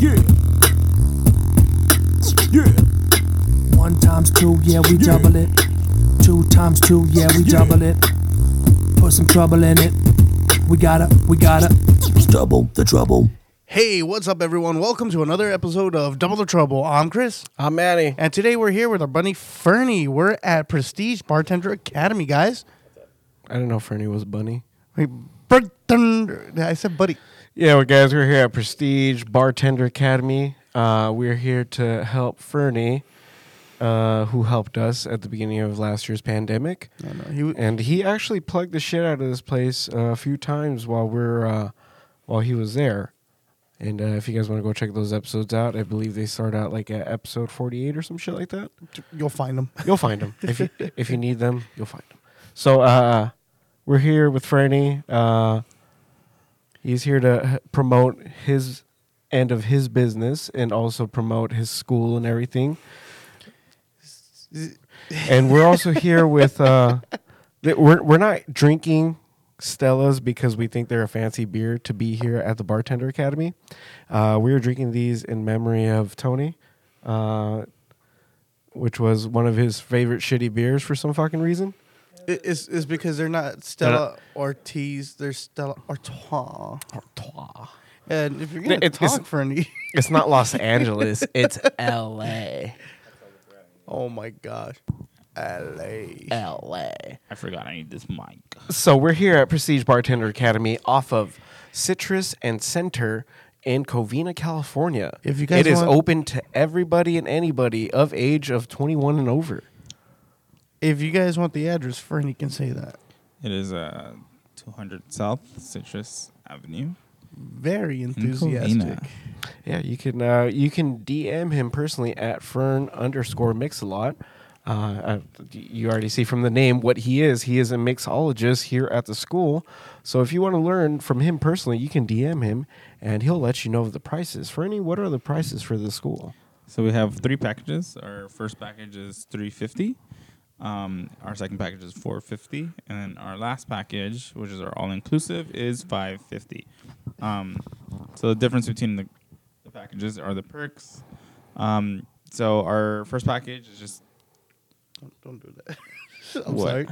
Yeah. Yeah. One times two, yeah, we Yeah. double it. Two times two, yeah, we Yeah. double it. Put some trouble in it. We gotta, we gotta. Double the trouble. Hey, what's up, everyone? Welcome to another episode of Double the Trouble. I'm Chris, I'm Manny. and today we're here with our buddy Fernie. We're at Prestige Bartender Academy, guys. I didn't know Fernie was Bunny. Wait, bartender- I said buddy. Yeah, well, guys, we're here at Prestige Bartender Academy. Uh, we're here to help Fernie, uh, who helped us at the beginning of last year's pandemic. He, And he actually plugged the shit out of this place uh, a few times while we're uh, while he was there. And uh, if you guys want to go check those episodes out, I believe they start out like at episode 48 or some shit like that. you'll find him. You'll find them if you if you need them. You'll find them. So uh, we're here with Franny. Uh, he's here to h- promote his end of his business and also promote his school and everything. And we're also here with uh, th- we're we're not drinking Stella's because we think they're a fancy beer to be here at the Bartender Academy. Uh, we are drinking these in memory of Tony. Uh, which was one of his favorite shitty beers for some fucking reason. It- It's, it's because they're not Stella Ortiz. They're Stella Artois. And if you're gonna It's- it's- talk, Fernie. It's not Los Angeles, it's LA. Oh my gosh. LA. LA. I forgot I need this mic. So we're here at Prestige Bartender Academy off of Citrus and Center in Covina, California. If you guys it is want- open to everybody and anybody of age of 21 and over. If you guys want the address, Fernie can say that. It is uh, 200 South Citrus Avenue. Very in enthusiastic. Covina. Yeah, you can uh, you can DM him personally at Fern underscore Mixalot. Uh, I, you already see from the name what he is. He is a mixologist here at the school. So if you want to learn from him personally, you can DM him, and he'll let you know the prices. Fernie, what are the prices for the school? So we have three packages. Our first package is 350. Um, our second package is 450, and then our last package, which is our all-inclusive, is 550. Um, so the difference between the, the packages are the perks. Um, so our first package is just Don't do that. I'm What? sorry.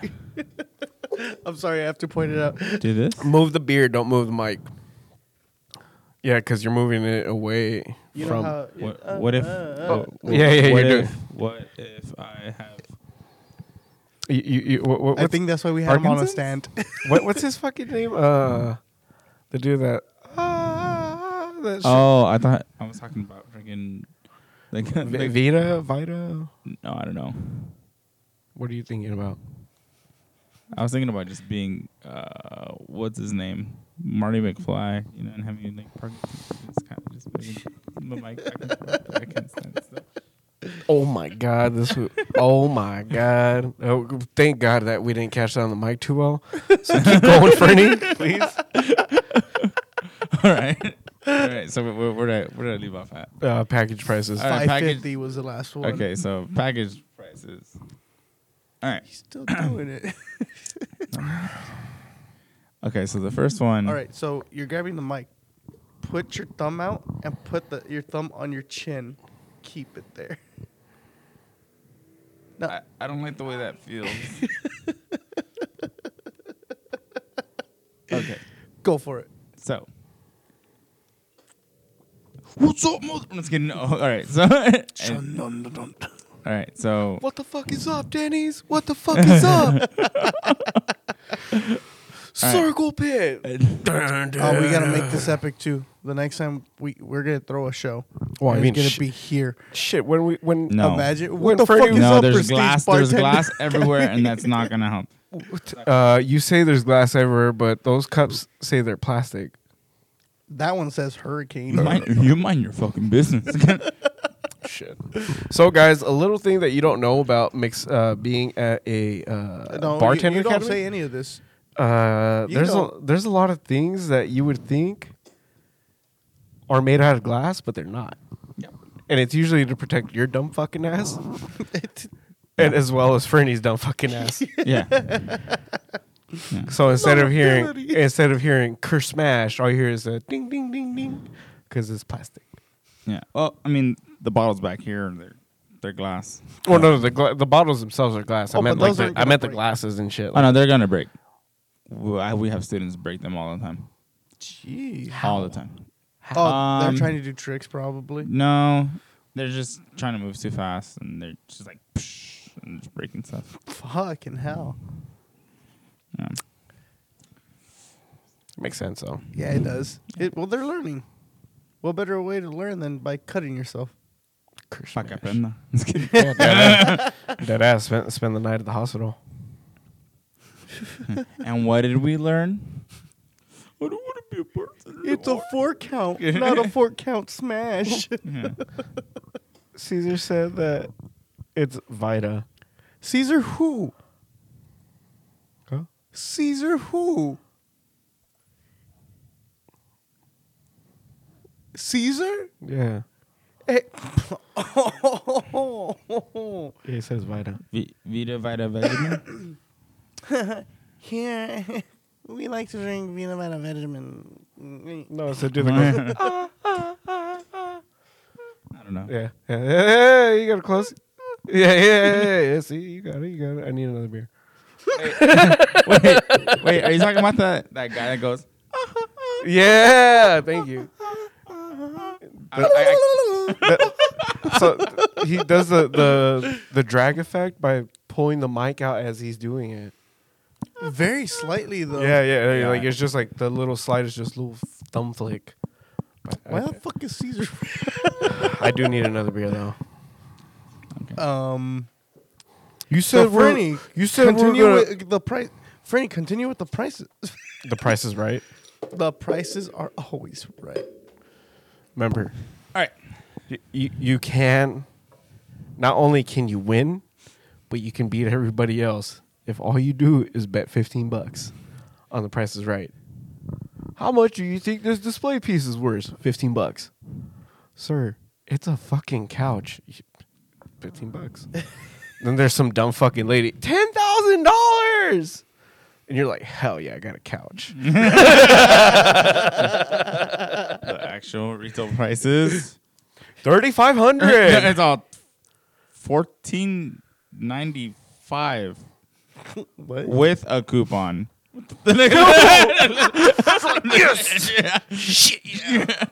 I'm sorry. I have to point it out. do this. Move the beard, don't move the mic. Yeah, because you're moving it away You from. know how What, what if? what- Yeah, yeah, what you're doing- if, What if I have? you, you, you, what, what, I what's- think that's why we had him on a Parkinson's? stand. what, what's his fucking name? Uh, the dude that. ah, that shit. Oh, I thought I was talking about freaking. Like, V- like- Vita, Vita. no, I don't know. What are you thinking about? I was thinking about just being, uh, what's his name, Marty McFly, you know, and having like Parkinson's, It's kind of just moving the mic back and forth. I can't stand stuff. Oh my god, this. Was, oh my god. Oh, thank God that we didn't catch that on the mic too well. So keep going, Fernie, please. All right, all right. So where, where did I where did I leave off at? Uh, package prices. All right, Five package- fifty was the last one. Okay, so package prices. All right. He's still doing it. Okay, so the first one. All right. So you're grabbing the mic. Put your thumb out and put the, your thumb on your chin. Keep it there. No. I, I don't like the way that feels. okay. Go for it. So. What's up, mother? I'm just kidding. Oh, all right. So. and- all right. So. What the fuck is up, Denny's? What the fuck is up? Circle pit. Oh, we gotta make this epic too. The next time we we're gonna throw a show. Well, I And mean, it's gonna sh- be here. Shit, when we when No. Imagine what When the fuck Fergie- is No, up, there's Prestige glass. There's Bartender? glass everywhere, and that's not gonna help. uh, you say there's glass everywhere, but those cups say they're plastic. That one says hurricane. Mind, you mind your fucking business. Shit. So, guys, a little thing that you don't know about mix uh, being at a uh, No, you- bartender You, don't academy. say any of this. uh, you there's a don't. there's a lot of things that you would think are made out of glass, but they're not, Yep. and it's usually to protect your dumb fucking ass, and as well as Fernie's dumb fucking ass. yeah. so instead of hearing instead of hearing curse smash, all you hear is a ding ding ding ding because it's plastic. Yeah. Well, I mean, the bottles back here, they're they're glass. Well, no, the gla- the bottles themselves are glass. I Oh, meant but like those the, aren't I meant the gonna break. glasses and shit. Oh no, they're gonna break. We I- we have students break them all the time, Jeez. all the time. Oh, Um, they're trying to do tricks, probably. No, they're just trying to move too fast, and they're just like psh, and just breaking stuff. Fucking hell. Yeah. Makes sense though. Yeah, it does. It, well, they're learning. What better way to learn than by cutting yourself? Curse Fuck smash. up, and just kidding. Yeah, dead ass. Dead ass. Spend, spend the night at the hospital. And what did we learn? I don't want to be a person. It's a four count, not a four count smash. Yeah. Caesar said that it's Vita. Caesar who? Huh? Caesar who? Caesar? Yeah. Eh, oh, Yeah, he says Vita. V- Vita Vita Vegeta. here we like to drink vino vita vitamin. No, so do the I don't know. Yeah. yeah. Hey, you got it close. Yeah, yeah, yeah, yeah, yeah. See, you got it. You got it. I need another beer. Wait, wait, are you talking about that that guy that goes? Yeah, thank you. I, I, That- so he does the, the the drag effect by pulling the mic out as he's doing it. Very slightly though. Yeah, yeah, yeah, Yeah. Like it's just like the little slide is just a little thumb flick. Why the fuck is Caesar? I do need another beer though. um. You So Franny, you said continue we're gonna- with the price. Franny, continue with the prices. the price is right. the prices are always right. Remember, all right. you, you you can not only can you win, but you can beat everybody else if all you do is bet fifteen bucks on the price is right. How much do you think this display piece is worth? Fifteen bucks. Sir, it's a fucking couch. Fifteen bucks. then there's some dumb fucking lady. Ten thousand dollars. And you're like, hell yeah, I got a couch. The actual retail prices. Thirty five hundred. it's all fourteen ninety five What? with a coupon. yes.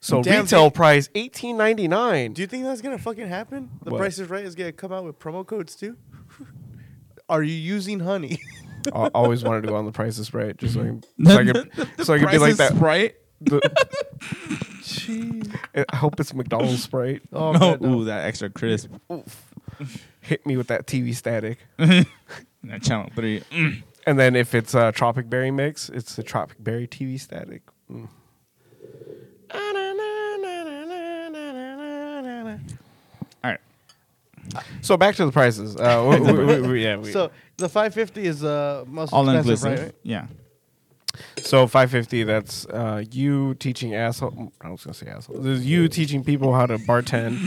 So Damn, retail price eighteen ninety nine. Do you think that's gonna fucking happen? The What? Price is Right is gonna come out with promo codes too. Are you using honey? I always wanted to go on the Price is Right, just so I Mm-hmm. can, so I could, so I could be like that. Sprite. The- Jeez. I hope it's McDonald's Sprite. Oh, No. man, no. Ooh, that extra crisp. Hit me with that TV static. That channel three. Mm. And then if it's a Tropic Berry mix, it's the Tropic Berry TV static. Mm. All right. So back to the prices. Uh, we- we- we- we- yeah, we- so So the 550 is uh most All expensive, inclusive. right? right? Yeah. five fifty. That's uh, you teaching asshole. I was gonna say asshole. This is you teaching people how to bartend.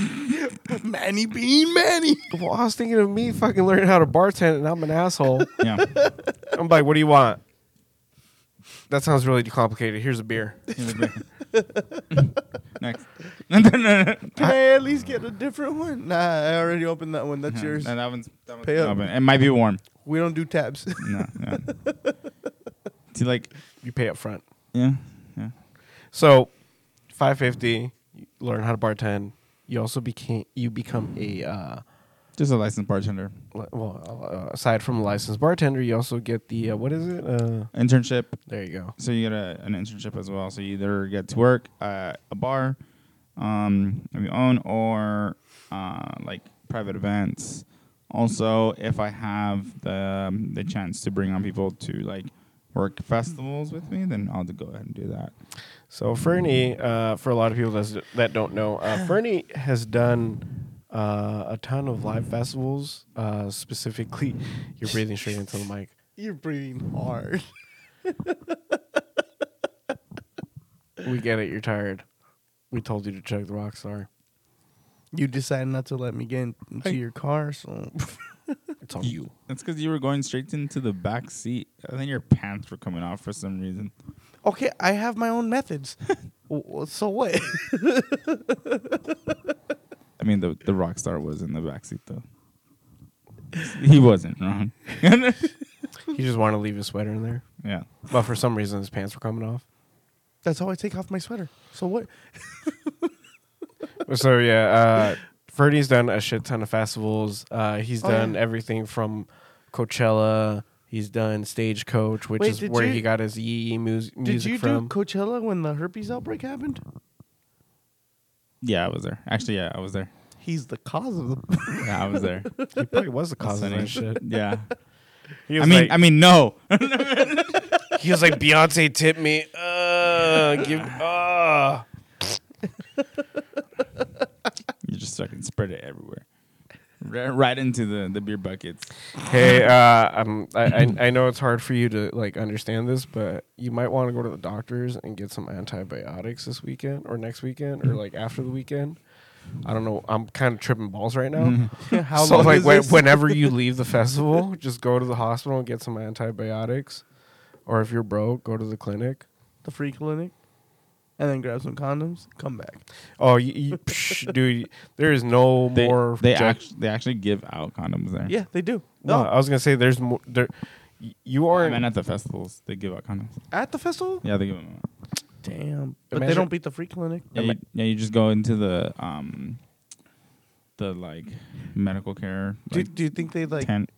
Manny Bean Manny. well, I was thinking of me fucking learning how to bartend, and I'm an asshole. Yeah. I'm like, what do you want? That sounds really complicated. Here's a beer. Next. No, no, no, no. Can I at least get a different one? Nah, I already opened that one. That's No, yours. that one's, that one's Pay up. open. It might be warm. We don't do tabs. No, no. See, like, You pay up front. yeah, yeah. So, five fifty. You learn how to bartend. You also became you become a uh, Just a licensed bartender. li- well. Uh, aside from a licensed bartender, you also get the uh, what is it? Uh, Internship. there you go. So you get a, an internship as well. So you either get to work at a bar um, of your own or uh, like private events. Also, if I have the um, the chance to bring on people to like work festivals with me, then I'll go ahead and do that. So Fernie, uh, for a lot of people that's, that don't know, uh, Fernie has done uh, a ton of live festivals. Uh, specifically, you're breathing straight into the mic. You're breathing hard. We get it. You're tired. We told you to chug the rock star. You decided not to let me get in- into Hey. your car, so It's on you. That's because you were going straight into the back seat. I think your pants were coming off for some reason. okay. I have my own methods. Well, so what? I mean, the the rock star was in the backseat though. He wasn't wrong. He just wanted to leave his sweater in there, yeah. but for some reason his pants were coming off. That's how I take off my sweater. So what? So yeah, uh, Ferdy's done a shit ton of festivals. Uh, he's Oh, done yeah. everything from Coachella. He's done Stagecoach, which Wait, is did where you- he got his yee mus- music Did you from. do Coachella when the herpes outbreak happened? Yeah, I was there. Actually, yeah, I was there. He's the cause of the. Yeah, I was there. he probably was the cause of Sunny. that shit. Yeah. He I mean, I mean, no. he was like Beyonce tipped me. Uh, give. Uh. you just fucking spread it everywhere, Ri- right into the the beer buckets. Hey, uh, I'm, I, I I know it's hard for you to like understand this, but you might want to go to the doctors and get some antibiotics this weekend or next weekend or like after the weekend. I don't know. I'm kind of tripping balls right now. How so long like is when- this? whenever you leave the festival, just go to the hospital and get some antibiotics, or if you're broke, go to the clinic. the free clinic, and then grab some condoms. Come back. Oh, you, you, psh, dude, there is no They more. they, ju- act- they actually give out condoms there. Yeah, they do. Oh, No, No, I was gonna say there's more. There, y- you Or I aren't. mean, at the festivals, they give out condoms. at the festival. Yeah, they give them. Out. Damn, but they Imagine- don't beat the free clinic. Yeah, you, yeah, you just go into the um, the like medical care Do, like, do you think they like? tent.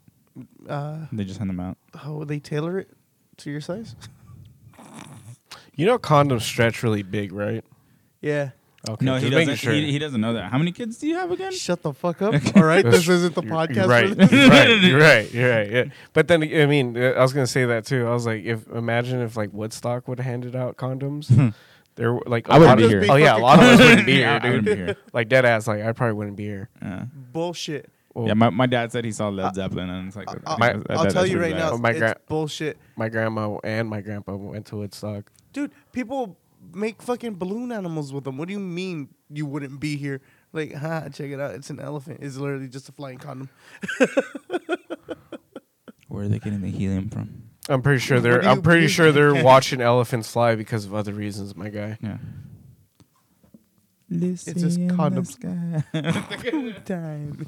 Uh, They just hand them out. how they tailor it to your size? You know, condoms stretch really big, right? Yeah. Okay, no, he just making doesn't. He, he doesn't know that. How many kids do you have again? Shut the fuck up. All right, this isn't the You're- podcast. You're for right. this. You're right. You're right. You're right. Yeah. But then I mean, uh, I was gonna say that too. I was like, if imagine if like Woodstock would have handed out condoms, there were like a I wouldn't lot be of- here. Oh yeah, a lot of us wouldn't be Yeah, here, I dude. wouldn't be here. Like dead ass. Like I probably wouldn't be here. Yeah. Bullshit. Well, yeah, my, my dad said he saw Led Zeppelin, and it's like, I I'll, think My- that- I'll that- tell that's you what right it now, Oh is. my it's God. bullshit, my grandma and my grandpa went to Woodstock. dude. People make fucking balloon animals with them. What do you mean you wouldn't be here? Like, ha, check it out. It's an elephant. It's literally just a flying condom. Where are they getting the helium from? I'm pretty sure What they're. do I'm you pretty mean? sure they're watching elephants fly because of other reasons, my guy. Yeah. It's just in the condoms. sky. Time.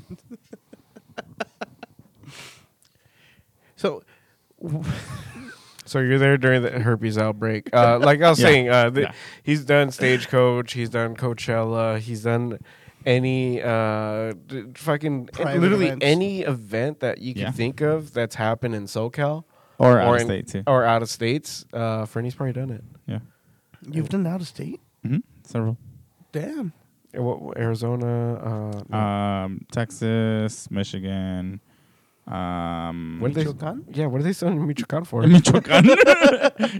so, So you're there during the herpes outbreak. Uh, like I was Yeah. saying, uh, the, Yeah. he's done Stagecoach, he's done Coachella, he's done any uh, d- fucking Private literally events. any event that you can Yeah. think of that's happened in SoCal Or out of in- state, too. or out of states. Uh, Fernie's probably done it. Yeah. you've done out of state? hmm Several. Damn. Uh, what- Arizona. Uh, Um, Texas, Michigan. Um, What did they- Michoacan? yeah, what are they selling Michoacan for? in Michoacan.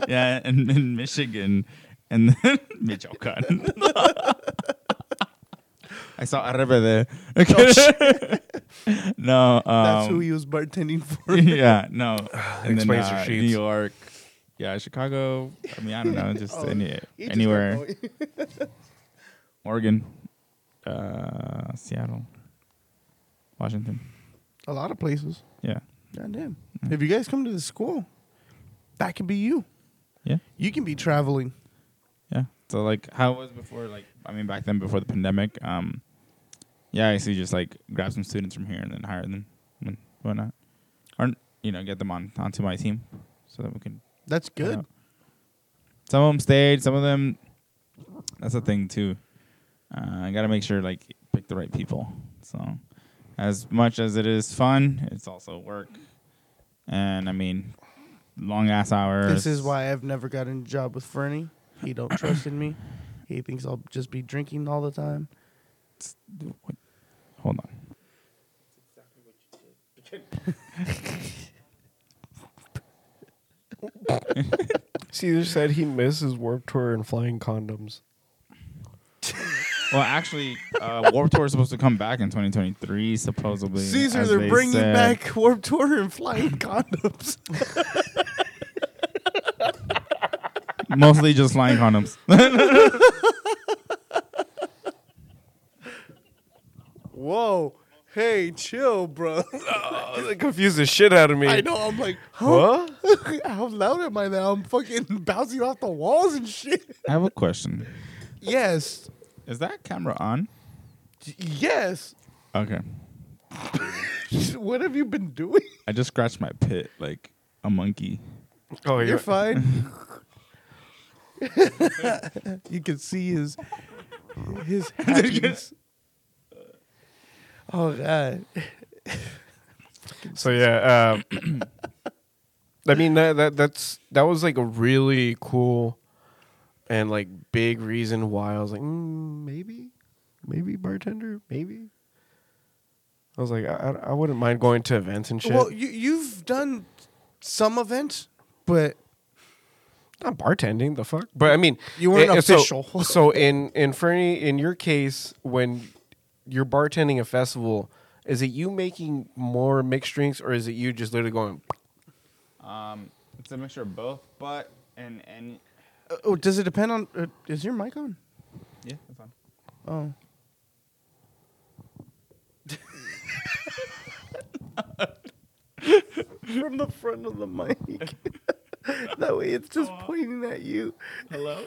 yeah, and in Michigan. And then Michoacan. I saw Arrevede. no. Um, That's who he was bartending for. yeah, no. And Explains then, your uh, sheets. New York. Yeah, Chicago. I mean, I don't know, just Oh, any, He just anywhere. went, "Oh." Oregon, uh, Seattle, Washington. A lot of places. Yeah, Goddamn. If you guys come to the school, that could be you. yeah, You can be traveling. yeah. So like, how it was before? Like, I mean, back then before the pandemic. Um, yeah, I used to just like grab some students from here and then hire them and whatnot, or you know, get them on onto my team so that we can That's Yeah. good. Some of them stayed. Some of them. That's the thing too. Uh, I gotta make sure like pick the right people. So, as much as it is fun, it's also work. And I mean, long ass hours. This is why I've never gotten a job with Fernie. He don't trust in me. He thinks I'll just be drinking all the time. Hold on. Caesar said he misses Warp Tour and flying condoms. Well, actually, uh, Warp Tour is supposed to come back in 2023, supposedly. Caesar, as they're they bringing said. back Warped Tour and flying condoms. mostly just flying condoms. Whoa. Hey, chill, bro. Oh, that confused the shit out of me. I know. I'm like, huh? Huh? How loud am I now? I'm fucking bouncing off the walls and shit. I have a question. Yes. Is that camera on? Yes. Okay. what have you been doing? I just scratched my pit like a monkey. Oh, You're fine. you can see his his happiness. Oh god. So yeah, um, uh, I mean that, that that's that was like a really cool and like big reason why I was like mm, maybe maybe bartender maybe. I was like I, I- I wouldn't mind going to events and shit. Well, you you've done some events, but not bartending the fuck but i mean You weren't eh, so- so, official. in in fernie in your case when you're bartending a festival is it you making more mixed drinks or is it you just literally going Um, it's a mixture of both, but and and uh, oh, does it depend on? Uh, is your mic on? yeah, it's on. Oh. From the front of the mic. that way it's just pointing at you. Hello.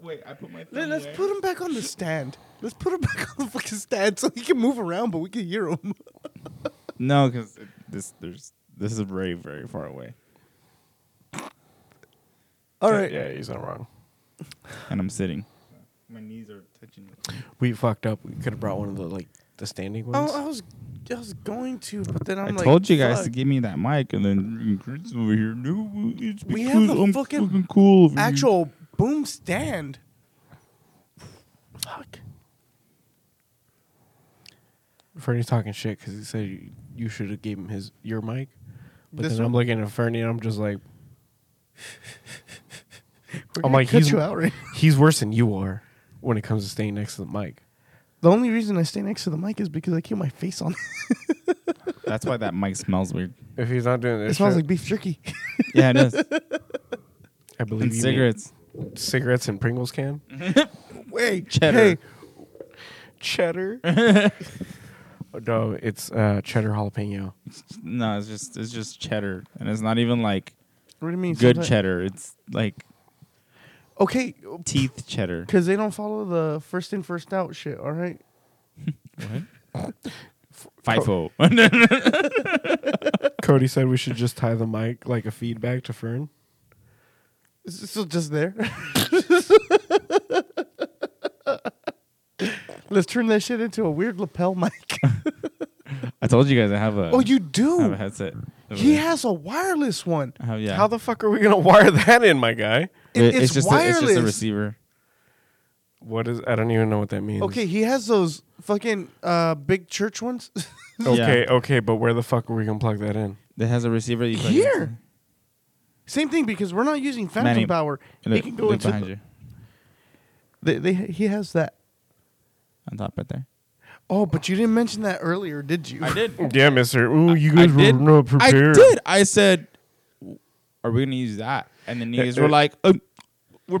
Wait, I put my. Let, us put him back on the stand. Let's put him back on the fucking stand so he can move around, but we can hear him. No, because this there's this is very very far away, All right. yeah he's not wrong and I'm sitting. My knees are touching. Oh we fucked up we could have brought one of the like the standing I, ones I was I was going to, but then I'm i like, told you guys to fuck. give me that mic, and then Chris over here. No, it's We because have a I'm fucking cool. over here." actual boom stand. Fuck. fernie's talking shit because he said you, you should have gave him his your mic but This then i'm looking at fernie and i'm just like We're Oh I'm gonna like, cut he's- you out right. he's worse than you are when it comes to staying next to the mic The only reason I stay next to the mic is because I keep my face on. That's why that mic smells weird. if he's not doing it this smells shit- like beef jerky. Yeah, it is. I believe and you cigarettes. mean cigarettes and Pringles can. Wait, Cheddar. Hey, cheddar. Eh. Oh, no, it's uh, cheddar jalapeno. No, it's just it's just cheddar, and it's not even like what do you mean? good sometimes- cheddar. It's like Okay, teeth cheddar. because they don't follow the first in first out shit. All right. FIFO. Cody said we should just tie the mic like a feedback to Fern. Is it still just there? Let's turn that shit into a weird lapel mic. I told you guys I have a. oh, you I have a do. headset. over He there. has a wireless one. I have- yeah. How the fuck are we gonna wire that in, my guy? It- It- it's, just wireless. A, it's just a receiver. What is? I don't even know what that means. Okay, he has those fucking uh, big church ones. Okay. Yeah. Okay. But where the fuck are we gonna plug that in? It has a receiver. You plug it Here. Same thing because we're not using phantom Manny, power. in. It Look- can go look into. behind the- you They, they, he has that. on top right there. Oh, but you didn't mention that earlier, did you? did. Yeah, Mister. Ooh, you I guys were did. not I prepared. did. I said, "Are we gonna use that?" And the niggas were like, "Uh, "We're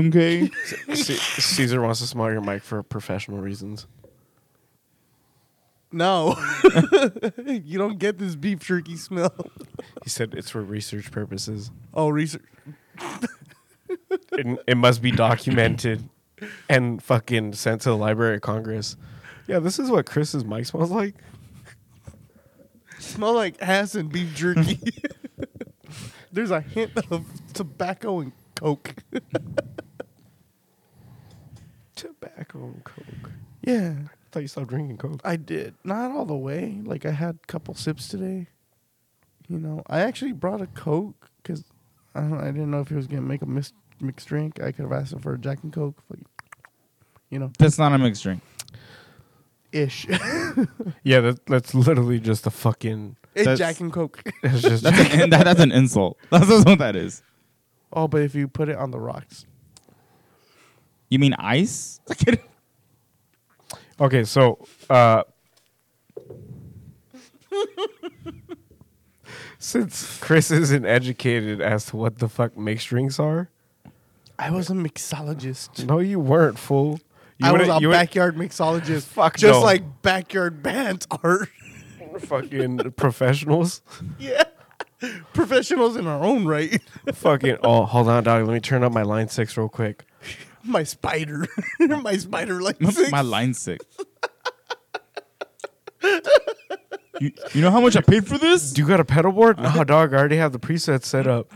okay?" C- Caesar wants to smell your mic for professional reasons. No. you don't get this beef jerky smell. He said it's for research purposes. Oh, research. it, it must be documented and fucking sent to the Library of Congress. Yeah, this is what Chris's mic smells like. Smell like ass and beef jerky. There's a hint of tobacco and coke. Tobacco and coke. I yeah, thought you stopped drinking coke. I did. Not all the way. Like I had a couple sips today. You know, I actually brought a coke because I don't. I didn't know if he was gonna make a mis- mixed drink. I could have asked him for a Jack and Coke, like, you know, That's not a mixed drink. ish. Yeah, that, that's literally just a fucking. It's That's- Jack and Coke. It's just That's, an, that, that's an insult. That's, that's what that is. oh, but if you put it on the rocks, You mean ice? okay. So, uh, since Chris isn't educated as to what the fuck mixed drinks are, I was a mixologist. no, you weren't fool. You I was wouldn't- a you wouldn't- backyard mixologist. Fuck just no. like backyard bands are. fucking professionals. yeah, professionals in our own right. fucking oh hold on dog let me turn up my line six real quick My spider. my spider like six. My line's sick. you, you know how much I paid for this? Do you got a pedal board? Nah, dog. I already have the preset set up.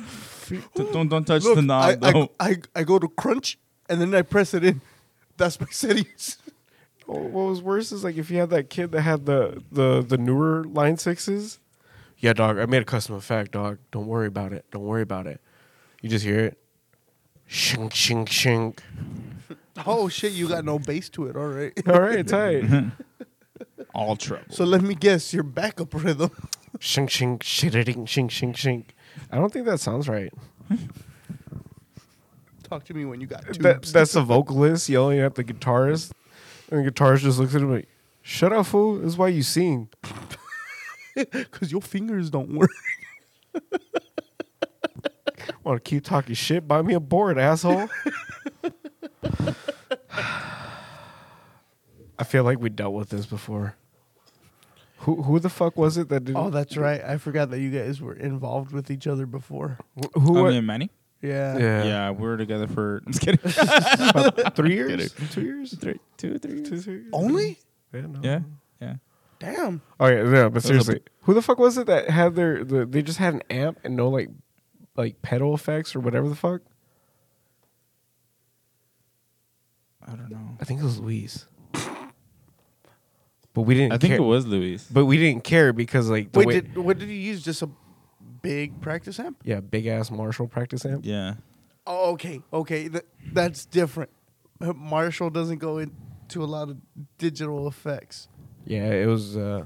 D- don't don't touch the Look, I, knob. I, don't. I, I go to crunch and then I press it in. That's my settings. What was worse is like if you had that kid that had the the the newer line sixes. Yeah, dog. I made a custom effect, dog. Don't worry about it. Don't worry about it. You just hear it. Shink, shink, shink. Oh shit, you got no bass to it. All right. All right, tight. All trouble. So let me guess, your backup rhythm. shink, shink, shitting, shink, shink, shink. I don't think that sounds right. Talk to me when you got tubes. That, that's the vocalist yelling at the guitarist, and the guitarist just looks at him like, "Shut up, fool! This is why you sing." Cause your fingers don't work. Want to keep talking shit? Buy me a board, asshole. I feel like we dealt with this before. Who who the fuck was it that did? Oh, that's right. I forgot that you guys were involved with each other before. who? I mean, Manny. Yeah. yeah, Yeah, we were together for. I'm just kidding. About three years, two years, three, two, three. two, three. Years. Only? Yeah, no. Yeah, yeah. Damn. Oh yeah, no, but a seriously, who the fuck was it that had their the, they just had an amp and no like like pedal effects or whatever the fuck? I don't know. I think it was Louise. but we didn't. I think care. it was Luis. But we didn't care because like the Wait, way, did, what did you use? Just a big practice amp? yeah, big ass Marshall practice amp. Yeah. Oh, okay. Okay. Th- that's different. Uh, Marshall doesn't go into a lot of digital effects. Yeah, it was. uh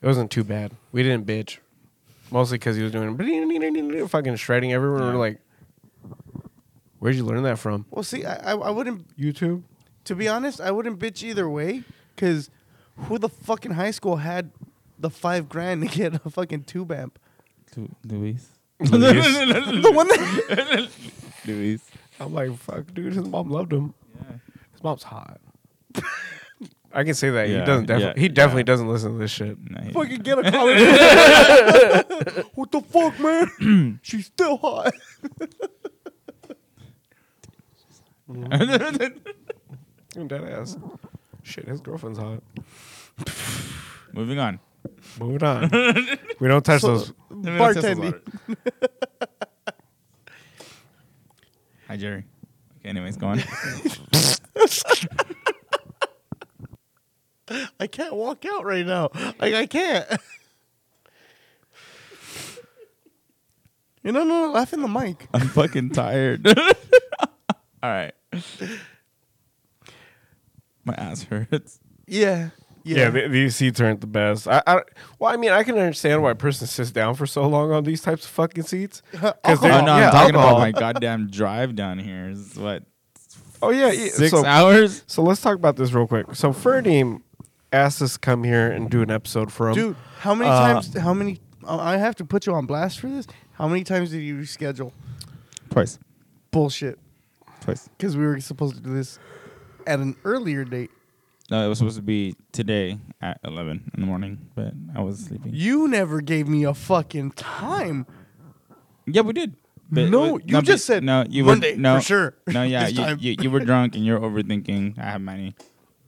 It wasn't too bad. We didn't bitch, mostly because he was doing fucking shredding everywhere. We're like, where'd you learn that from? Well, see, I, I, I wouldn't, YouTube. to be honest, I wouldn't bitch either way. Because who the fuck in high school had the five grand to get a fucking tube amp? Lu- Luis. the one that. Luis. I'm like, fuck, dude. His mom loved him. Yeah. His mom's hot. I can say that Yeah, he doesn't. Defi- yeah, he definitely yeah. doesn't listen to this shit. Nah, he- fucking get a college. what the fuck, man? She's still hot. Dead ass. Shit, his girlfriend's hot. Moving on. Moving on. we don't touch So- those. Bartending. Hi, Jerry. Okay, anyways, go on. I can't walk out right now. Like I can't. You know, no, no, laugh in the mic. I'm fucking tired. All right. My ass hurts. Yeah, yeah. Yeah, th- these seats aren't the best. I, I, well, I mean, I can understand why a person sits down for so long on these types of fucking seats. Because Oh, they're no, yeah, I'm talking alcohol. about my goddamn drive down here. Is what Oh yeah, yeah. six so, hours? so let's talk about this real quick. So Ferdim asked us to come here and do an episode for him. dude. How many um, Uh, times? How many? uh, I I have to put you on blast for this. How many times did you reschedule? Twice, Bullshit. twice. Because we were supposed to do this at an earlier date. No, it was supposed to be today at 11 in the morning, but I was sleeping. You never gave me a fucking time. Yeah, we did. But No, but- you but- just said no. You Monday, were, no, for sure. No, yeah, This you, time. you, you were drunk and you're overthinking. I have money.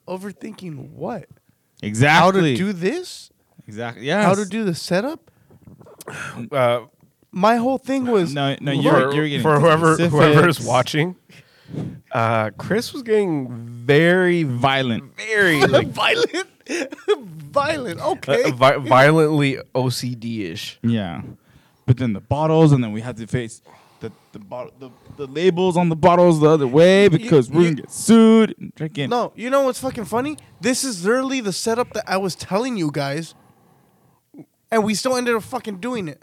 Overthinking what? How Exactly. to do this? exactly. Yeah. How to do the setup? uh, My whole thing was No, no. for, You're, you're getting for whoever whoever's specifics. watching. Uh, Chris was getting very vi- Violent. very like violent, violent. Okay, uh, vi- violently OCD ish. Yeah. But then the bottles, and then we had to face the the, bottle, the the labels on the bottles the other way because we're you- gonna get sued. And drinking. no, you know what's fucking funny? This is literally the setup that I was telling you guys, and we still ended up fucking doing it.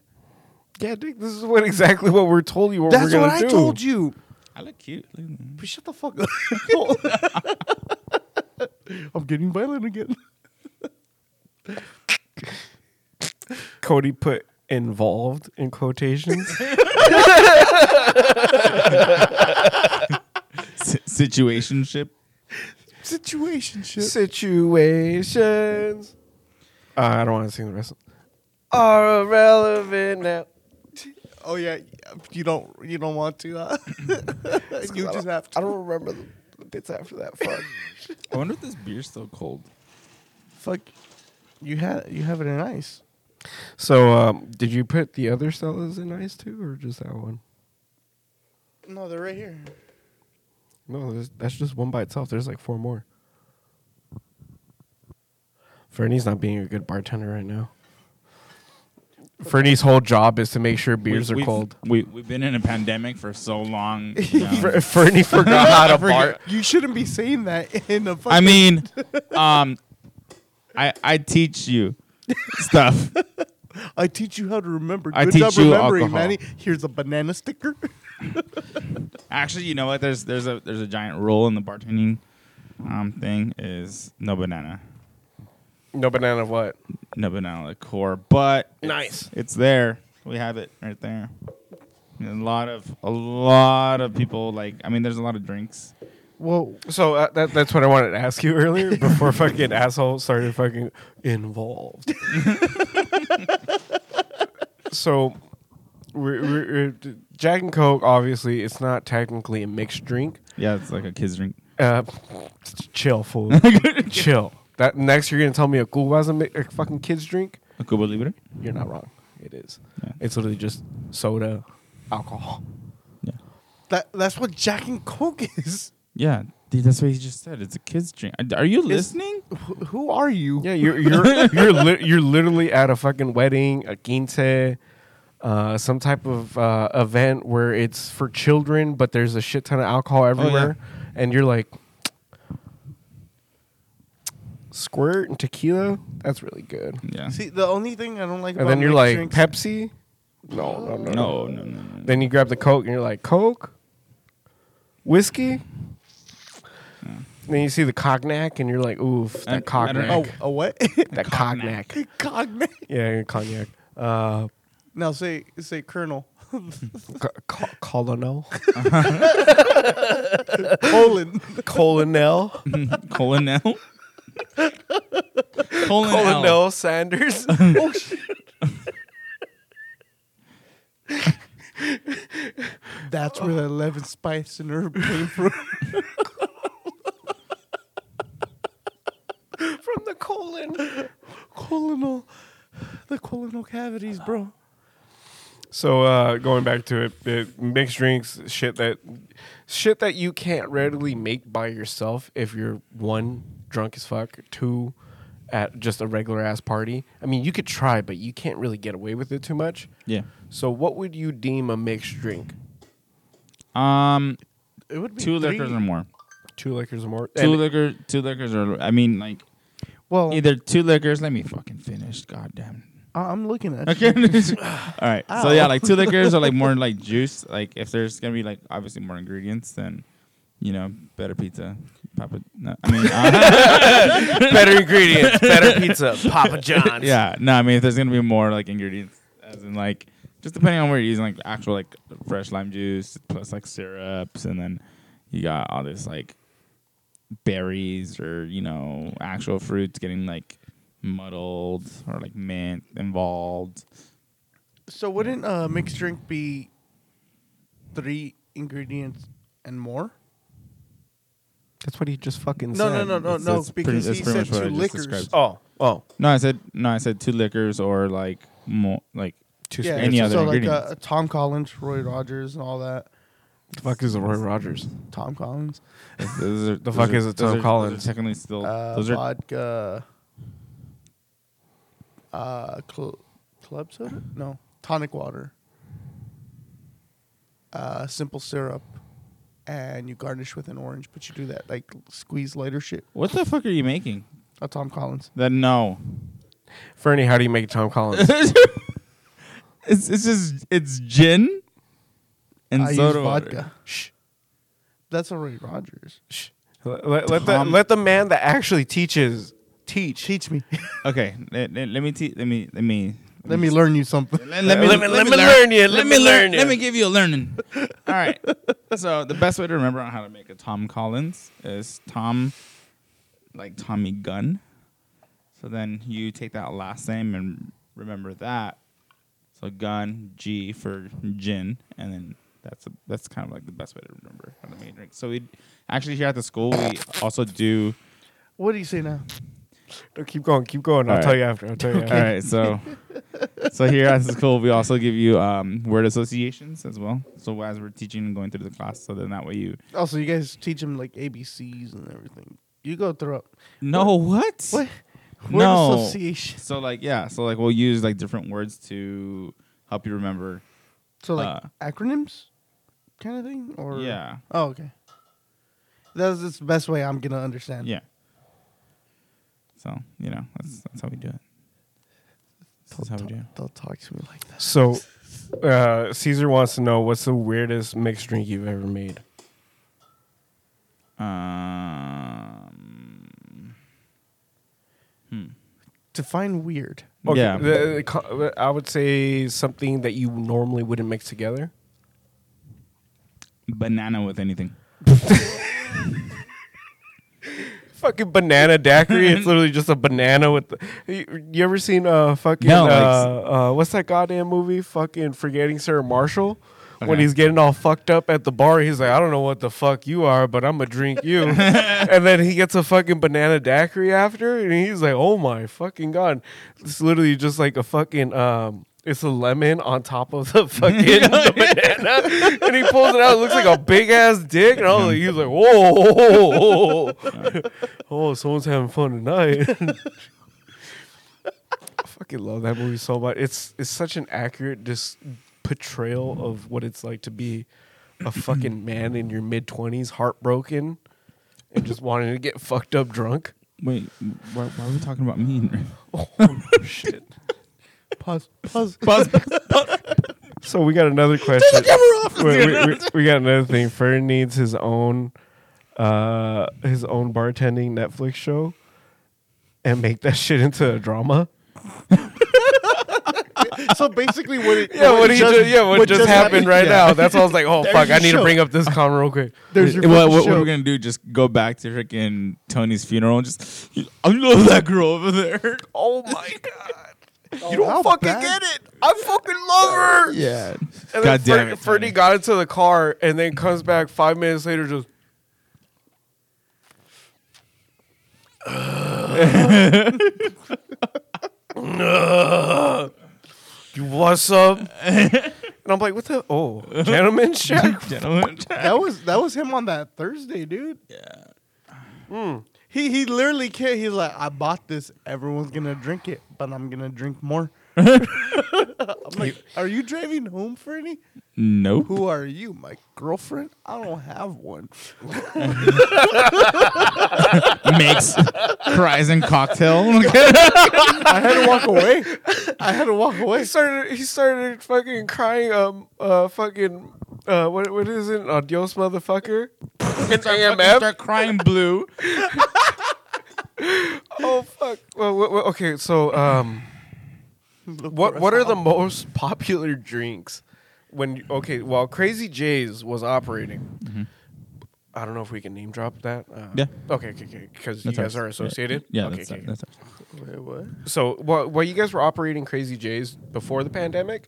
Yeah, Dick, this is what exactly what we're told you what That's we're gonna what I do. told you. I look cute. Look at me. But shut the fuck up. I'm getting violent again. Cody put involved in quotations. S- situationship. Situation shit. Situations. Uh, I don't want to sing the rest. Are irrelevant now. Oh yeah, you don't you don't want to. Huh? you just have to. I don't remember the, the bits after that. Fuck. I wonder if this beer's still cold. Fuck. You had you have it in ice. so, um, did you put the other Stellas in ice too, or just that one? No, they're right here. No, there's- that's just one by itself. There's like four more. Fernie's not being a good bartender right now. Fernie's whole job is to make sure beers We- are we've- cold. We we've been in a pandemic for so long. you know. Fer- Fernie forgot how to bar. You shouldn't be saying that in the. Fucking I mean, um, I I teach you stuff. I teach you how to remember. Good I job teach you remembering, alcohol. Manny. Here's a banana sticker. Actually, you know what? There's there's a there's a giant rule in the bartending um thing is no banana, No banana what? no banana liqueur. But it's- Nice. it's there. We have it right there. And a lot of a lot of people like. I mean, there's a lot of drinks. Well, So uh, that, that's what I wanted to ask you earlier before fucking asshole started fucking involved. so, we're, we're, we're- Jack and Coke, obviously, it's not technically a mixed drink. Yeah, it's like a kids drink. Uh, chill, fool. chill. That next, you're gonna tell me a cool wasn't a fucking kids drink? A Cuba Libre. You're not wrong. It is. Yeah. It's literally just soda, alcohol. Yeah. that Uh, that's what Jack and Coke is. Yeah, dude, that's what he just said. It's a kids drink. Are- Are you listening? Wh- Who are you? Yeah, you're you're you're li- you're literally at a fucking wedding, a quince, uh, some type of uh, event where it's for children, but there's a shit ton of Oh, alcohol yeah. everywhere, and you're like, squirt and tequila. That's really good. Yeah. See, the only thing I don't like And about then you're mixed like drinks, Pepsi. No, no, no, No, no, no, no. Then you grab the Coke and you're like, Coke? Whiskey? Then you see the cognac and you're like, oof, that And- I don't cognac. know. Oh, a what? that cognac. Cognac. Yeah, cognac. Uh, Now say say Colonel co- co- colonel. Olin. colonel. Colonel. Colonel. Colonel Sanders. That's where the eleven spice and herb came from. From the colon. colonel, the colonal cavities, bro. So uh, going back to it, it, mixed drinks, shit that, shit that you can't readily make by yourself if you're one drunk as fuck, two at just a regular ass party. I mean, you could try, but you can't really get away with it too much. Yeah. So what would you deem a mixed drink? Um, It would be two three. liquors or more. Two liquors or more. Two liquor, two liquors or I mean, like Well, either two liquors. Let me fucking finish. Goddamn. I- I'm looking at. Okay. You. All right. So Ow. yeah, like two liquors or like more like juice. Like if there's gonna be like obviously more ingredients, then you know better pizza. Papa. No, I mean, uh, better ingredients, better pizza, Papa John's. yeah. No, I mean if there's gonna be more like ingredients, as in like just depending on where you're using like actual like fresh lime juice plus like syrups, and then you got all this like berries or you know actual fruits getting like muddled or like mint involved. So wouldn't a mixed drink be three ingredients and more? That's what he just fucking No, no, said. no, no, It's- no. it's pretty- Because it's he pretty said much what two I just liquors. described. Oh, oh, No, I said no. I said two liquors or like more like two yeah, any so other like ingredients. uh, Tom Collins, Roy Rogers, and all that. The fuck is a Roy Rogers? Tom Collins, Those are- The those fuck are- is a those Tom are- those Collins? are technically still. uh, those are vodka, uh, cl- club soda, no, tonic water, uh, simple syrup, and you garnish with an orange. But you do that like squeeze lighter shit. what the fuck are you making? Uh, Tom Collins. That no, Fernie, how do you make Tom Collins? it's it's just it's gin and I soda use water. vodka. Shh. That's a Roy Rogers. Shh. Let, let- let the, Tom- let the man that actually teaches teach. Teach me. Okay, let, let, let me te- let me let me Let me learn you something. let, let me Let me- let me learn you, let me learn you. Let me give you a learning. All right. So the best way to remember on how to make a Tom Collins is Tom, like Tommy Gunn. So then you take that last name and remember that, So gun G for gin, and then that's a, that's kind of like the best way to remember how to make a drink. So we actually here at the school we also do. What do you say now? No, keep going, keep going. I'll All tell right. you after. I'll tell you. All After. right, so so here at the school we also give you um, word associations as well. So as we're teaching and going through the class, so then that way you Also, you guys teach them like ABCs and everything. You go through up. no what What? Word No. association. So like yeah, so like we'll use like different words to help you remember. So like Uh, acronyms, kind of thing, or Yeah, Oh, okay. That's that's the best way I'm gonna understand. yeah. So you know that's that's how we do it. That's how we Don't, do. it. don't talk to me like that. So, uh, Caesar wants to know what's the weirdest mixed drink you've ever made. Um, hmm. Define weird. Yeah. the- the co- I would say something that you normally wouldn't mix together. Banana with anything. Fucking banana daiquiri. it's literally just a banana with. The, you, you ever seen uh fucking No, like- uh, uh what's that goddamn movie? Fucking forgetting Sarah Marshall. When Okay. he's getting all fucked up at the bar, he's like, "I don't know what the fuck you are, but I'm gonna drink you." and then he gets a fucking banana daiquiri after, and he's like, "Oh my fucking god!" It's literally just like a fucking um, it's a lemon on top of the fucking the banana, and he pulls it out. It looks like a big ass dick, and I was like, he's like, "Whoa, whoa, whoa, whoa. oh, someone's having fun tonight." I fucking love that movie so much. It's it's such an accurate dis- portrayal of what it's like to be a fucking man in your mid twenties, heartbroken, and just wanting to get fucked up drunk. Wait, why, why are we talking about me? Oh shit! Pause. Pause. Buzz, So we got another question. We, we- we- we got another thing. Fern needs his own, uh, his own bartending Netflix show, and make that shit into a drama. so basically, what? It, Yeah, what, he just, yeah, what, just, happened, right yeah. now? That's why I was like, oh fuck, I your need to show. bring up this comment real quick. There's your what, what, fucking what show. we're gonna do? Just go back to freaking Tony's funeral and just I love that girl over there. Oh my god. You how don't fucking bad- get it. I fucking love her. Yeah. And God then damn Fer- it, Ferdy Tony. got into the car and then comes back five minutes later just you what's up? and I'm like, what the oh gentleman check? Gentlemen. That was that was him on that Thursday, dude. Yeah. He he literally can't. He's like, I bought this. Everyone's gonna drink it, but I'm gonna drink more. I'm like, are you driving home for any? Nope. Who are you, my girlfriend? I don't have one. makes cries and cocktail. I had to walk away. I had to walk He away. started he started fucking crying um uh fucking uh what what is it? Adios motherfucker. An AMF. Start crying blue. oh fuck. Well, well, well, okay, so um, what what are the most popular drinks when you- okay? While Crazy J's was operating, I don't know if we can name drop that. Uh, Mm-hmm. Yeah. Okay, okay, because you guys are associated. Yeah, Okay, that's, okay, that's Wait, what? so while, while you guys were operating Crazy J's before the pandemic,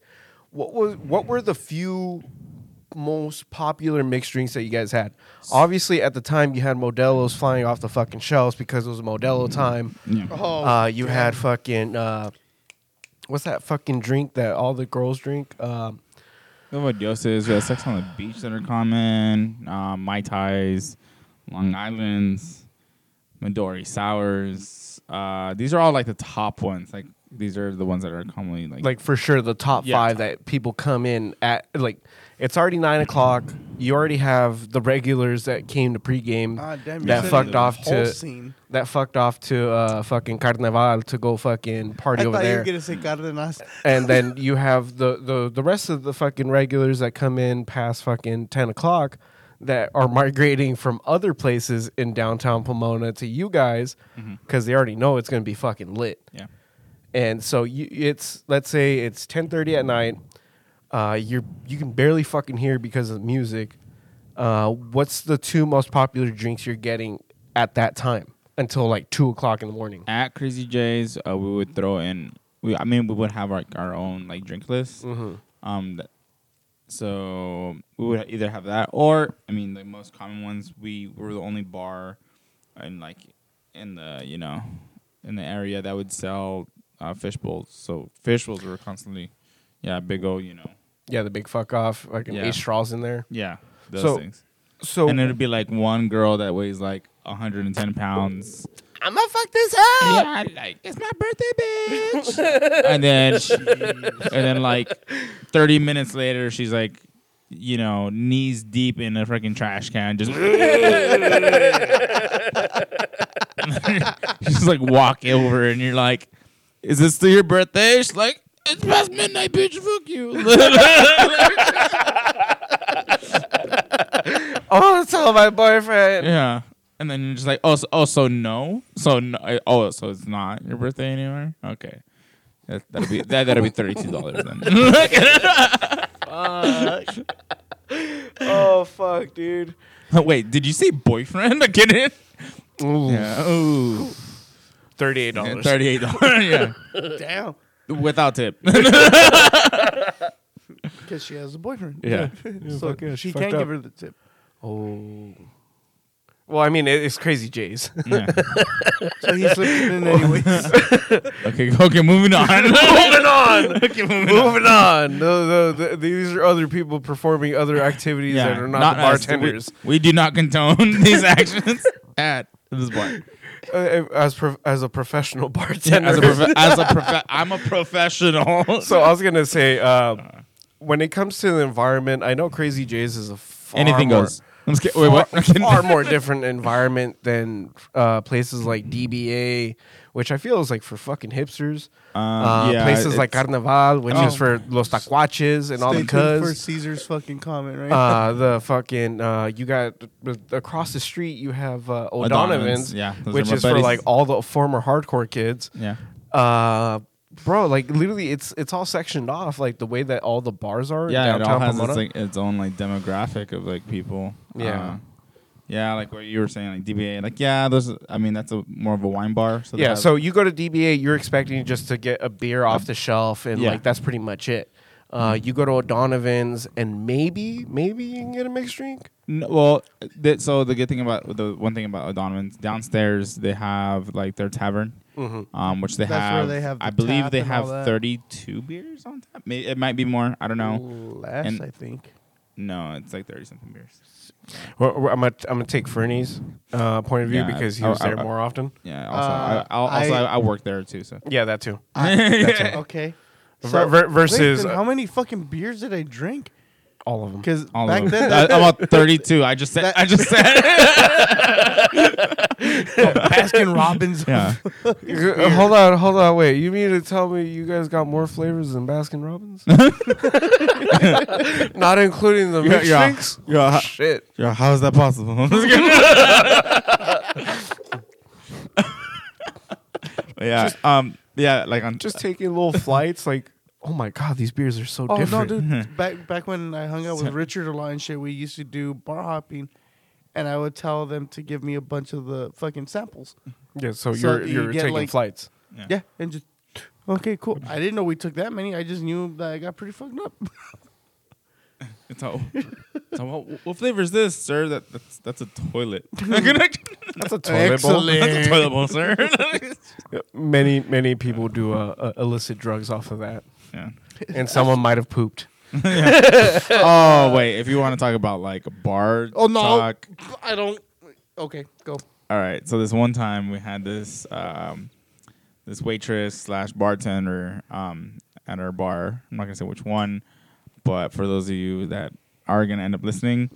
what was what were the few most popular mixed drinks that you guys had? Obviously, at the time you had Modelo's flying off the fucking shelves because it was Mm-hmm. Modelo time. Yeah. Oh, uh, you had fucking uh, what's that fucking drink that all the girls drink? Um, What about Yosses? Uh, Sex on the Beach that are common. Uh, Mai Tais, Long Islands, Midori Sours. Uh, these are all like the top ones. Like these are the ones that are commonly like. like for sure the top Yeah. five that people come in at. Like it's already nine o'clock. You already have the regulars that came to pregame Ah, damn, you that said fucked the off whole to scene. that fucked off to uh, fucking Carnaval to go fucking I party over thought you there. were gonna say Cardenas. and then you have the, the the rest of the fucking regulars that come in past fucking ten o'clock that are migrating from other places in downtown Pomona to you guys because they already know it's gonna be fucking lit. Mm-hmm. yeah. And so you, it's let's say it's ten thirty at night. Uh, you're you can barely fucking hear because of the music. Uh, what's the two most popular drinks you're getting at that time until like two o'clock in the morning? At Crazy J's, uh, we would throw in we I mean we would have like our own like drink list. Mm-hmm. Um, th- so we would either have that or I mean the most common ones we were the only bar in like in the you know in the area that would sell uh, fish bowls. So fish bowls were constantly yeah big old you know Yeah, the big fuck off, like an Yeah. eight straws in there. yeah those So- things. So and it'd be like one girl that weighs like 110 pounds. I'm gonna fuck this up. Yeah, like it's my birthday, bitch. and then, she, and then like thirty minutes later, she's like, you know, knees deep in a freaking trash can, just. she's like walk over, and you're like, "Is this still your birthday?" She's like, "It's past midnight, bitch. Fuck you." Oh, tell my boyfriend. yeah. And then you're just like, oh, so, oh, so no, so no, I- oh, so it's not your birthday anymore. Okay, that, that'll be that, that'll be thirty two dollars then. Oh fuck, dude. Wait, did you say boyfriend? I get it. Yeah. Ooh. Thirty-eight Thirty eight dollars. yeah. Damn. Without tip. Because she has a boyfriend. yeah. so fuck yeah, she she can't fucked give up. her the tip. Oh. Well, I mean, it- it's crazy, Jays. yeah. So he slipped it in anyways. Okay. Okay. Moving on. moving on. okay. Moving on. Moving on. No, no, th- these are other people performing other activities that are not, the us. bartenders. We, we do not condone these actions at this bar. Uh, as pro- as a professional bartender. As a prof- as a prof- I'm a professional. so I was gonna say, uh, when it comes to the environment, I know Crazy Jays is a far anything more- goes. I'm just kidding. Wait, what? far, far more different environment than uh, places like DBA, which I feel is like for fucking hipsters. Uh, places like Um, it's- Carnaval, which Oh. is for los tacuaches and all Stay the tuned for cuz. Caesar's fucking comment, right? Uh, the fucking uh, you got across the street. You have uh, O'Donovan's, O'Donovan's, yeah, those are which my is for buddies. like all the former hardcore kids. yeah. Uh, bro, like literally, it's it's all sectioned off. Like the way that all the bars are. in yeah, it all downtown has its, Pomona. like, its own like demographic of like people. Yeah. Uh, yeah, like what you were saying, like DBA, like yeah, those. I mean, that's a more of a wine bar. So they yeah, have- so you go to DBA, you're expecting just to get a beer off the shelf, and yeah. like that's pretty much it. Uh, you go to O'Donovan's, and maybe, maybe you can get a mixed drink. No, well, th- so the good thing about the one thing about O'Donovan's downstairs, they have like their tavern, um, which they That's where have. they have I the believe tap they and have all that. 32 beers on tap. May- It might be more. I don't know. Less, and- I think. No, it's like 30 something beers. Or, or I'm gonna, I'm gonna take Fernie's uh, point of view Yeah, because he I- was I- there I- more often. Yeah. Also, Uh, I, I'll, also I, I- I work there too. So Yeah, that too. okay. Ver- ver- versus- Wait, uh, then how many fucking beers did I drink? All of them. Because all back of then, them. I, that, I'm about 32. I just said. I just said. Baskin Robbins. yeah. Uh, Hold on, hold on, wait. You mean to tell me you guys got more flavors than Baskin Robbins? Not including the mixed yeah. drinks. Yeah. Shit. Yeah, how is that possible? yeah, um, yeah, like on Just taking little flights, like, oh my god, these beers are so Oh different. no, dude! back back when I hung out with Richard a lot and shit, we used to do bar hopping, and I would tell them to give me a bunch of the fucking samples. Yeah, So so, you're you you're get, taking like- flights. Yeah. Yeah, and just okay, cool. I didn't know we took that many. I just knew that I got pretty fucked up. so, so what, what flavor is this, sir? That that's that's a toilet. that's That's a toilet bowl. Excellent. a toilet bowl, sir. Many many people do uh, uh, illicit drugs off of that, yeah. and someone might have pooped. Oh wait, if you want to talk about like bar Oh no, talk, I don't. Okay, go. all right. So this one time we had this um, this waitress slash bartender um, at our bar. I'm not gonna say which one, but for those of you that are gonna end up listening,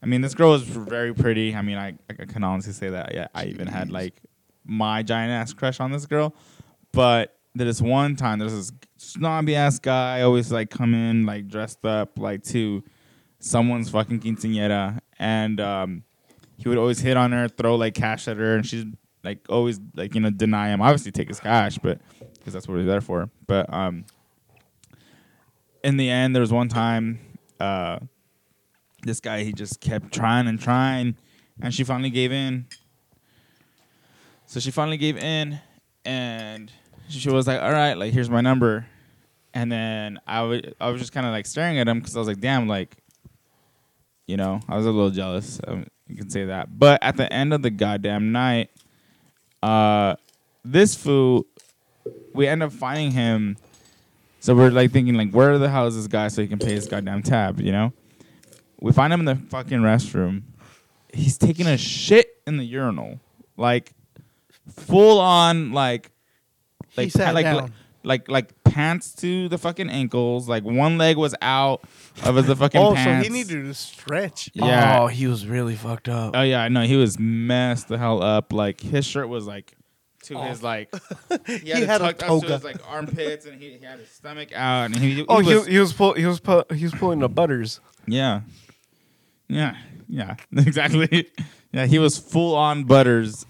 I mean this girl is very pretty. I mean I, I can honestly say that. Yeah, I even had like my giant ass crush on this girl. But this one time, there's this snobby ass guy always like come in like dressed up like to someone's fucking quinceañera, and um, he would always hit on her, throw like cash at her, and she's like always like you know deny him. Obviously, take his cash, but because that's what we're there for. But um, in the end, there was one time uh, this guy he just kept trying and trying, and she finally gave in. So she finally gave in, and she was like, "All right, like here's my number," and then I wa- I was just kind of like staring at him because I was like, "Damn, like, you know, I was a little jealous. Um, you can say that." But at the end of the goddamn night, uh, this fool, we end up finding him. So we're like thinking, like, where the hell is this guy so he can pay his goddamn tab? You know, we find him in the fucking restroom. He's taking a shit in the urinal, like full on, like He like sat like, down. like like like pants to the fucking ankles. Like one leg was out of his fucking Oh, so pants. he needed to stretch. Yeah. Oh, Uh, he was really fucked up. Oh yeah, I know he was messed the hell up. Like his shirt was like to his like he He it had a tucked up to toga. his like armpits and he, he had his stomach out and he, he oh, he was, was, he was pull, he was pu- he was pulling the butters. yeah yeah yeah exactly yeah he was full on butters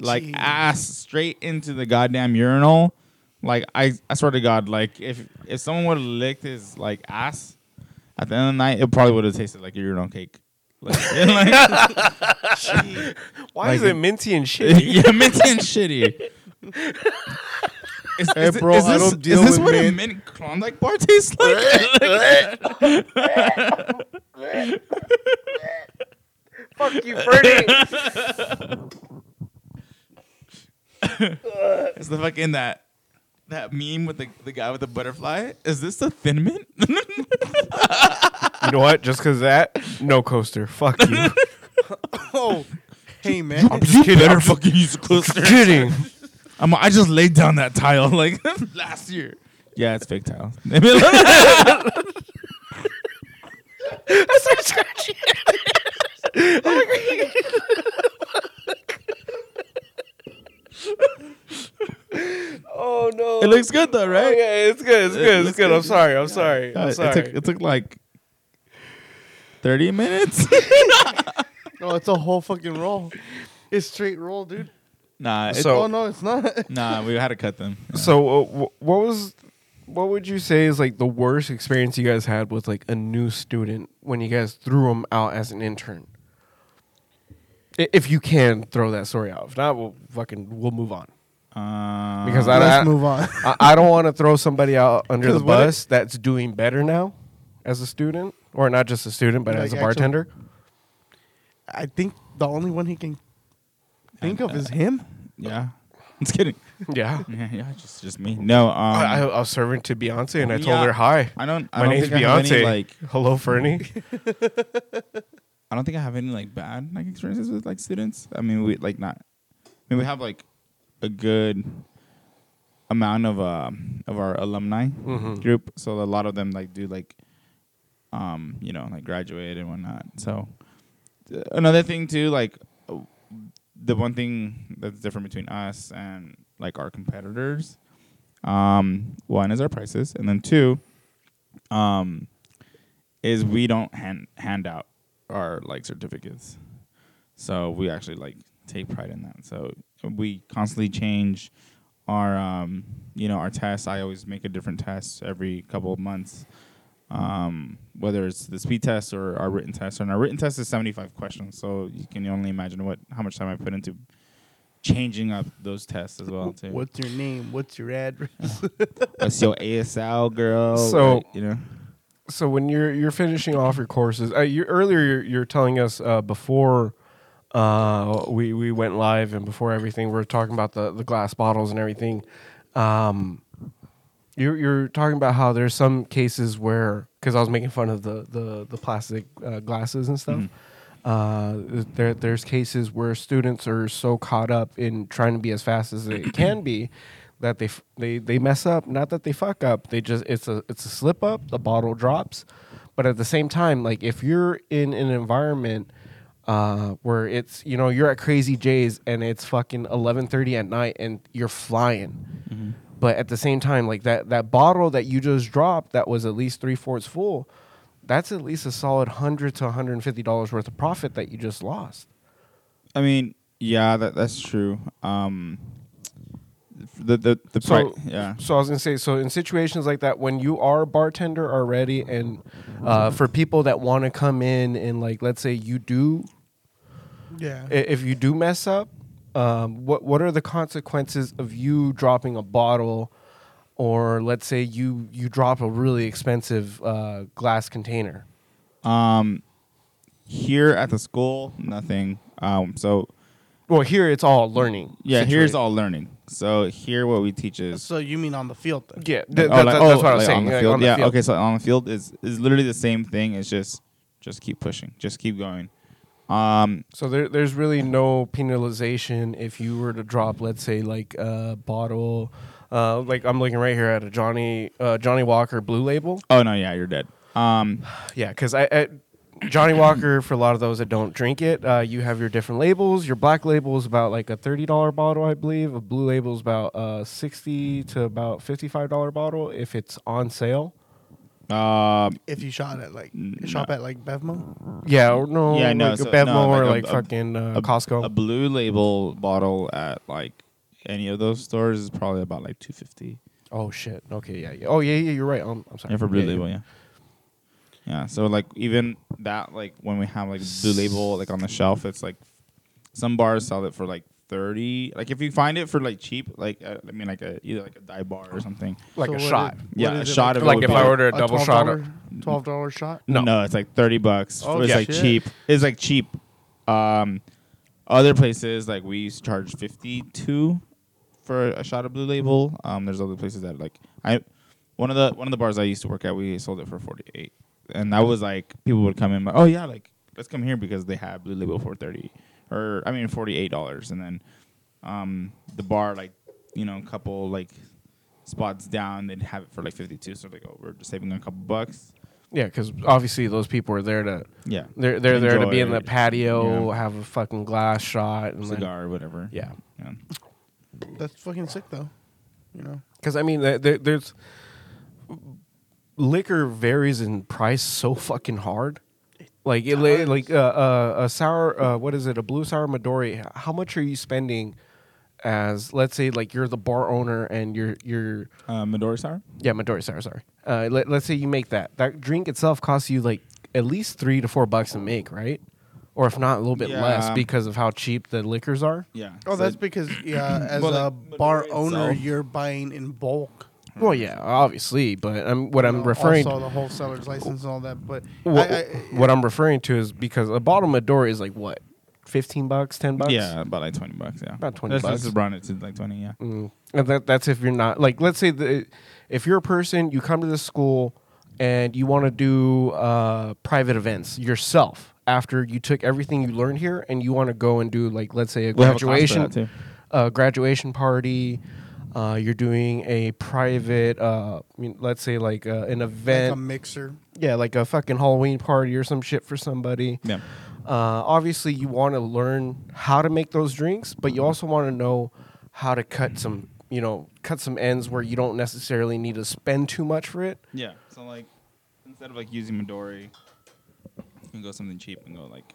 like Jeez. ass straight into the goddamn urinal like I I swear to God like if if someone would have licked his like ass at the end of the night it probably would have tasted like a urinal cake like, Why Like is it- it minty and shit? yeah, mint and shitty. Is, Hey, bro, I don't deal is this with what a mint. mint Klondike bar tastes like? Fuck you, Bernie. it's the fucking that that meme with the, the guy with the butterfly. Is this the thin mint? you know what? Just because that, no coaster. Fuck you. Oh, hey man. just kidding. I'm just fucking use a cluster. kidding. I'm, I just laid down that tile like last year. Yeah, it's fake tile. Oh no. it looks good Oh, though, right? yeah, it's good. It's good. It's good. I'm sorry. I'm sorry. Uh, I'm it, sorry. took, it took like thirty minutes. No, Oh, it's a whole fucking roll. It's straight roll, dude. nah, it, So- oh no, it's not. nah, we had to cut them. So, uh, wh- what was, what would you say is like the worst experience you guys had with like a new student when you guys threw them out as an intern? I- If you can throw that story out, if not, we'll fucking we'll move on Uh, because I, Let's I- move on. I, I don't want to throw somebody out under the 'Cause what if- bus that's doing better now as a student, or not just a student, but Like as a actual- bartender. I think the only one he can think of is him. yeah, it's kidding. yeah, Yeah, yeah, just just me. No, um, I, I, I, I was serving to Beyonce and I told Yeah. her hi. don't. I My don't name's think I have Beyonce. any, like, Hello, Fernie. I don't think I have any like bad like experiences with like students. I mean, we like not. I mean, we have like a good amount of uh of our alumni Mhm. group. So a lot of them like do like, um, you know, like graduate and whatnot. So uh, another thing too, like uh, the one thing that's different between us and like our competitors, um, one is our prices, and then two, um, is we don't hand hand out our like certificates. So we actually like take pride in that. So we constantly change our um you know our tests. I always make a different test every couple of months. Um, whether it's the speed test or our written test, and our written test is seventy five questions, so you can only imagine what how much time I put into changing up those tests as well too. What's your name? What's your address? What's your ASL girl? So- you know, so when you're you're finishing off your courses, uh, you earlier you're, you're telling us uh, before uh, we we went live and before everything, we are talking about the the glass bottles and everything. Um, you're you're talking about how there's some cases where because I was making fun of the the the plastic uh, glasses and stuff. Uh, there there's cases where students are so caught up in trying to be as fast as they can be that they f- they they mess up. Not that they fuck up. They just it's a it's a slip up. The bottle drops, but at the same time, like if you're in an environment uh, where it's you know you're at Crazy J's and it's fucking eleven thirty at night and you're flying, but at the same time, like that that bottle that you just dropped that was at least three fourths full, that's at least a solid hundred to one hundred and fifty dollars worth of profit that you just lost. I mean, yeah, that that's true. Um, the the the So pri- yeah. So I was gonna say, so in situations like that, when you are a bartender already, and uh, for people that want to come in and like, let's say you do yeah. i- if you do mess up, um, what what are the consequences of you dropping a bottle, or let's say you you drop a really expensive uh, glass container? Um, here at the school, nothing. Um, so Well, here it's all learning. yeah, here's situated. all learning. So here, what we teach is So you mean on the field then? Yeah, th- Oh, that- like- that- that's oh, what I was like saying. On the like, field. on the yeah. field. Okay. So on the field is is literally the same thing. It's just just keep pushing, just keep going. Um, So there, there's really no penalization if you were to drop, let's say, like a bottle, uh, like I'm looking right here at a Johnny uh, Johnny Walker Blue Label. oh no, yeah, you're dead. Um, Yeah, because I, I Johnny Walker for a lot of those that don't drink it, uh, you have your different labels. Your black label is about like a thirty dollar bottle, I believe. A blue label is about uh, sixty to about fifty five dollar bottle if it's on sale. um, If you shot at like No. shop at like Bevmo, Yeah, or no, Yeah, like no, a so- Bevmo no, like or a- like a- fucking uh, a- Costco. a blue label bottle at like any of those stores is probably about like two fifty. oh shit. Okay, yeah, yeah. Oh yeah, yeah. You're right. Um, I'm sorry. Yeah, for blue label, yeah. Yeah, so like even that, like when we have like blue label like on the shelf, it's like some bars sell it for like thirty. Like if you find it for like cheap, like uh, I mean like a either like a dive bar or something. Like So a what shot. is- what Yeah, is a it, shot of it Like would if be, I order a double shot of- uh, $12 twelve dollar shot. No. no, it's like thirty bucks. Oh, it's like shit. cheap. It's like cheap. Um, other places like we used to charge fifty two for a shot of Blue Label. Um, there's other places that like I one of the one of the bars I used to work at we sold it for forty eight, and that was like people would come in like oh yeah like let's come here because they have Blue Label for thirty or I mean forty eight dollars, and then um the bar like you know a couple like spots down they'd have it for like 52 so like oh we're just saving a couple bucks Yeah, because obviously those people are there to yeah they're they're there to be in the Enjoy. patio, Yeah. have a fucking glass shot and like- cigar or whatever. yeah, Yeah. That's fucking sick though. You know, because I mean there, there, there's liquor varies in price so fucking hard. Like it, li- like uh, uh, a sour, uh, what is it? A blue sour Midori. h- How much are you spending? As let's say, like you're the bar owner and you're you're Uh, Midori sour. Yeah, Midori sour. Sorry. Uh, let, let's say you make that. That drink itself costs you like at least three to four bucks to make, right? Or if not, a little bit less Yeah. because of how cheap the liquors are. Yeah. oh, that's because yeah, as Well, a like, bar Midori owner, itself. you're buying in bulk. Well, yeah, obviously, but I'm what You I'm know, referring also to. the wholesaler's license and all that. But I- What, I- what I'm referring to is because a bottle of Midori is like what, fifteen bucks, ten bucks. yeah, about like twenty bucks. Yeah, About 20 Let's bucks. Just round it to like twenty. Yeah. Mm. And that, that's if you're not like let's say the if you're a person you come to this school and you want to do uh, private events yourself after you took everything you learned here and you want to go and do like let's say a We'll have a class for graduation that, too. uh, graduation party uh, you're doing a private uh, I mean, let's say like uh, an like event a mixer. yeah like a fucking Halloween party or some shit for somebody Yeah. uh, obviously, you want to learn how to make those drinks, but you also want to know how to cut some, you know, cut some ends where you don't necessarily need to spend too much for it. Yeah. So like, instead of like using Midori, you can go something cheap and go like,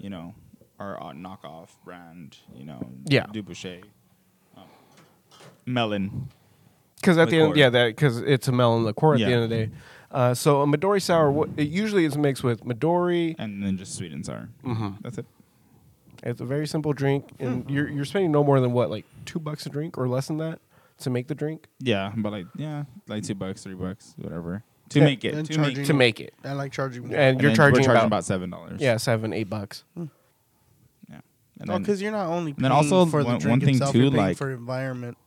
you know, our uh, knockoff brand. You know. Yeah. Dubuche. Um, melon. Because at the end, Liqueur. yeah, that because it's a melon liqueur at the Yeah. end of the day. Uh, so a Midori sour, what, it usually is mixed with Midori. And then just sweet and sour. Mhm. That's it. It's a very simple drink, Hmm. and you're you're spending no more than what like two bucks a drink or less than that to make the drink Yeah, but like yeah, like two bucks, three bucks, whatever to Yeah. make it. And To make, charging- to make it, I like charging. More. and, and you're then charging, we're charging about, about seven dollars. yeah seven eight bucks. Yeah. And No, then- because you're not only paying then also for the one- drink one thing itself, too, you're paying like- for environment.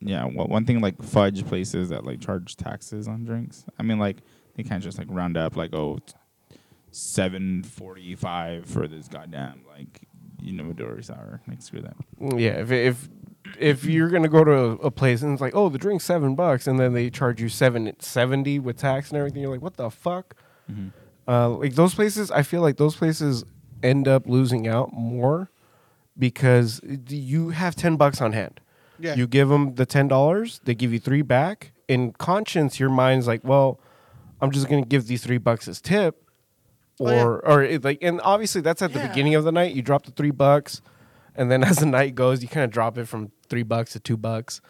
Yeah, wha- one thing like fudge places that like charge taxes on drinks. I mean, like they can't just like round up like oh, seven forty five for this goddamn like you know Midori sour. Like screw that. Yeah, if if if you're gonna go to a, a place and it's like, oh, the drink's seven bucks, and then they charge you seven seventy with tax and everything, you're like, what the fuck? Uh, like those places, I feel like those places end up losing out more because you have ten bucks on hand. Yeah. You give them the ten dollars, they give you three back. In conscience, your mind's like, well, I'm just gonna give these three bucks as tip, Oh, or yeah. or it, like, and obviously that's at the Yeah. beginning of the night. You drop the three bucks, and then as the night goes, you kind of drop it from three bucks to two bucks,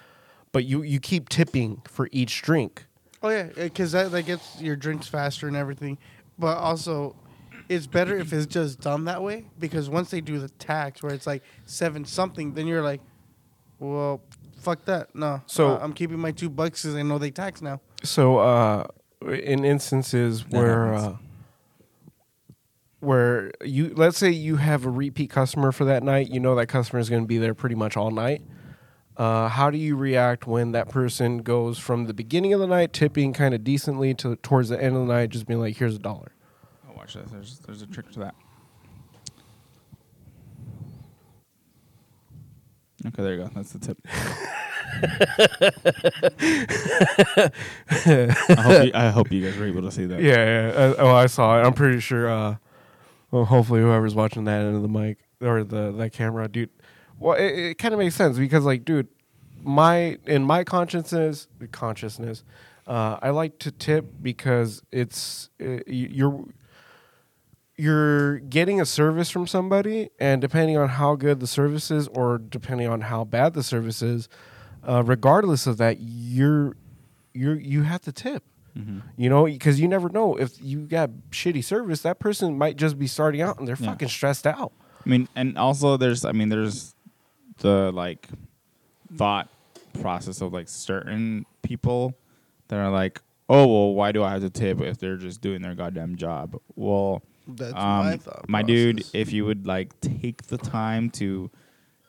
but you you keep tipping for each drink. Oh yeah, because that, that gets your drinks faster and everything. But also, it's better if it's just done that way because once they do the tax where it's like seven something, then you're like, well, fuck that. No. So- Uh, I'm keeping my two bucks because I know they tax now. So, uh, in instances where uh, happens. where you let's say you have a repeat customer for that night, you know that customer is going to be there pretty much all night. Uh, how do you react when that person goes from the beginning of the night tipping kind of decently to towards the end of the night, just being like, "Here's a dollar." Oh, watch this. There's there's a trick to that. Okay, there you go. That's the tip. I, hope you, I hope you guys were able to see that. Yeah, yeah. Uh, oh, I saw it. I'm pretty sure. Uh, well, hopefully, whoever's watching that end of the mic or the that camera, dude. Well, it, it kind of makes sense because, like, dude, my in my consciousness, consciousness, uh, I like to tip because it's uh, y- you're you're getting a service from somebody, and depending on how good the service is, or depending on how bad the service is, uh, regardless of that, you're you're you have to tip. Mm-hmm. You know, because you never know if you got shitty service, that person might just be starting out and they're Yeah. fucking stressed out. I mean, and also there's, I mean, there's the like thought process of like certain people that are like, oh, well, why do I have to tip if they're just doing their goddamn job? Well, That's um, my thought. my dude, process. if you would like take the time to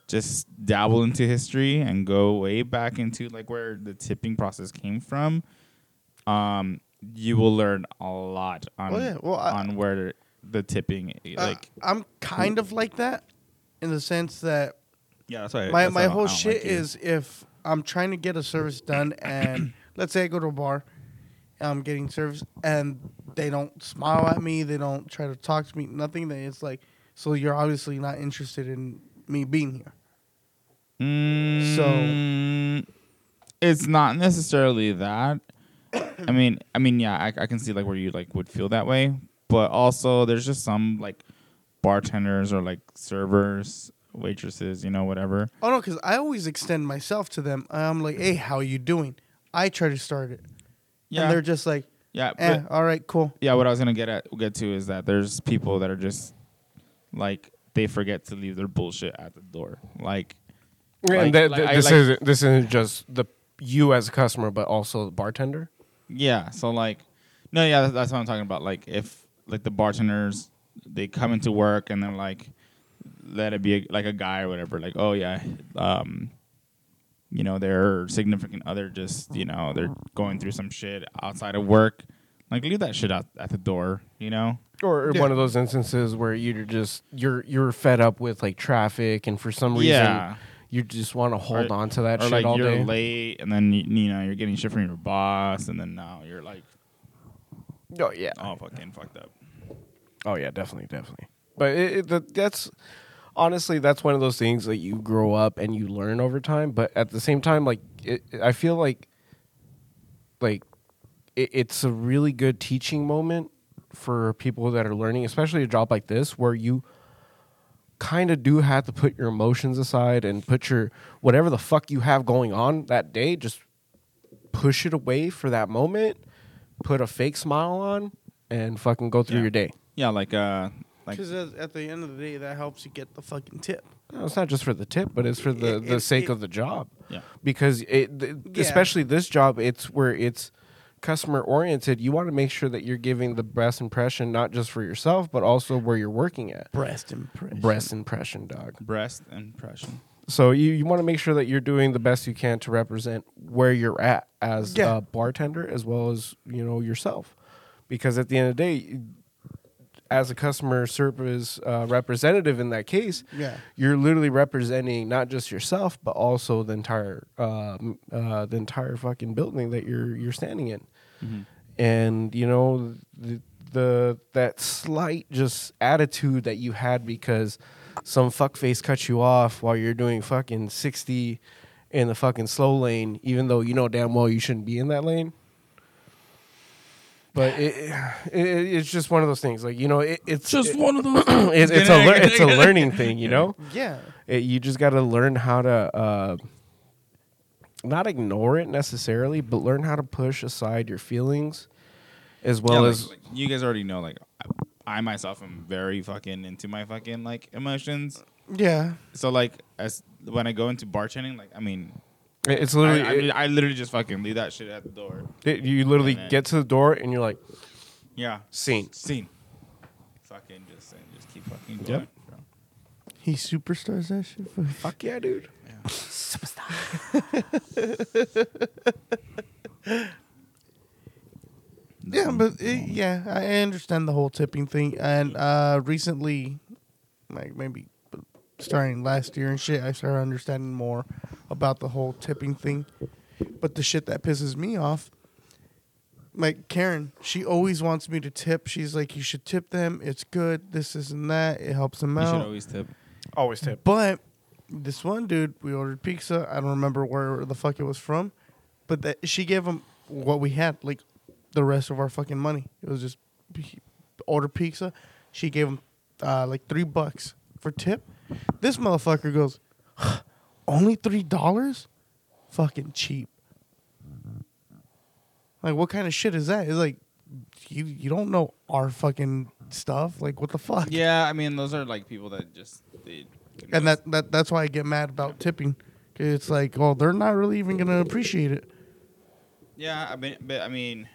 just dabble into history and go way back into like where the tipping process came from, um, you will learn a lot on Well, Oh, yeah, well, I- on where the tipping Uh, like I'm kind of like that in the sense that yeah that's why my, my whole shit is if I'm trying to get a service done and let's say I go to a bar and I'm getting service and they don't smile at me, they don't try to talk to me, nothing, then it's like, so you're obviously not interested in me being here. Mm, so it's not necessarily that. I mean, I mean, yeah, I, I can see like where you like would feel that way, but also there's just some like bartenders or like servers, waitresses, you know, whatever. Oh no, because I always extend myself to them. I'm like, hey, how you doing? I try to start it. Yeah, And they're just like, yeah, but- eh, all right, cool. yeah. What I was gonna get at get to is that there's people that are just like they forget to leave their bullshit at the door, like. Like- and that, like- that- I this like- isn't this isn't just the you as a customer, but also the bartender. Yeah. So like, no, yeah, that's, that's what I'm talking about. Like if like the bartenders, they come into work and they're like, let it be a, like a guy or whatever. Like, oh yeah, um, you know, their significant other just you know they're going through some shit outside of work. Like leave that shit out at the door. You know. Or Yeah. one of those instances where you're just you're you're fed up with like traffic, and for some reason Yeah. you just want to hold Or- on to that or shit like all you're day. late and then you, you know you're getting shit from your boss and then now you're like, Oh yeah, oh fucking fucked up. Oh yeah, definitely, definitely. But it, it, that, that's honestly that's one of those things that you grow up and you learn over time. But at the same time, like it, it- I feel like like it, it's a really good teaching moment for people that are learning, especially a job like this where you kind of do have to put your emotions aside and put your whatever the fuck you have going on that day, just push it away for that moment, put a fake smile on, and fucking go through Yeah. your day. Yeah, like uh, like Because at the end of the day, that helps you get the fucking tip. No, it's not just for the tip, but it's for the, It- the it- sake it- of the job. Yeah. Because it, th- Yeah. especially this job, it's where it's customer oriented. You want to make sure that you're giving the best impression, not just for yourself, but also where you're working at. Breast impression. Breast impression, dog. breast impression. So you, you want to make sure that you're doing the best you can to represent where you're at as Yeah. a bartender as well as, you know, yourself. Because at the end of the day, as a customer service uh, representative in that case, Yeah. you're literally representing not just yourself but also the entire um, uh, the entire fucking building that you're you're standing in. And you know the, the that slight just attitude that you had because some fuckface cut you off while you're doing fucking 60 in the fucking slow lane even though you know damn well you shouldn't be in that lane but it, it, it- it's just one of those things like you know it, it's just one of those it, it's a lear- it's a learning thing you know Yeah. it, you just got to learn how to uh, not ignore it necessarily but learn how to push aside your feelings as well Yeah, like- as like, you guys already know like I- I myself am very fucking into my fucking like emotions. Yeah. So like as when I go into bartending, like I mean, It- It's I, literally I, it- mean, I literally just fucking leave that shit at the door. it- you literally And then- get to the door and you're like Yeah, scene. scene. Fucking just and just keep fucking Yep. going. bro. He superstars that shit. For Fuck yeah, dude. Yeah. yeah, but it, yeah, I understand the whole tipping thing. And uh recently, like maybe starting last year and shit, I started understanding more about the whole tipping thing. But the shit that pisses me off, like Karen, she always wants me to tip. She's like, "You should tip them. It's good. This, this, and that. It helps them You should out." always tip. Always tip. But this one dude, we ordered pizza. I don't remember where the fuck it was from, but that she gave him what we had, like the rest of our fucking money. It was just he- order pizza. She gave him uh, like three bucks for tip. This motherfucker goes, only three dollars, fucking cheap. Like what kind of shit is that? It's like you you don't know our fucking stuff. Like what the fuck? Yeah, I mean those are like people that just they. and that, that that's why I get mad about tipping. 'Cause It's like, well, they're not really even gonna appreciate it. Yeah, I mean, but I mean,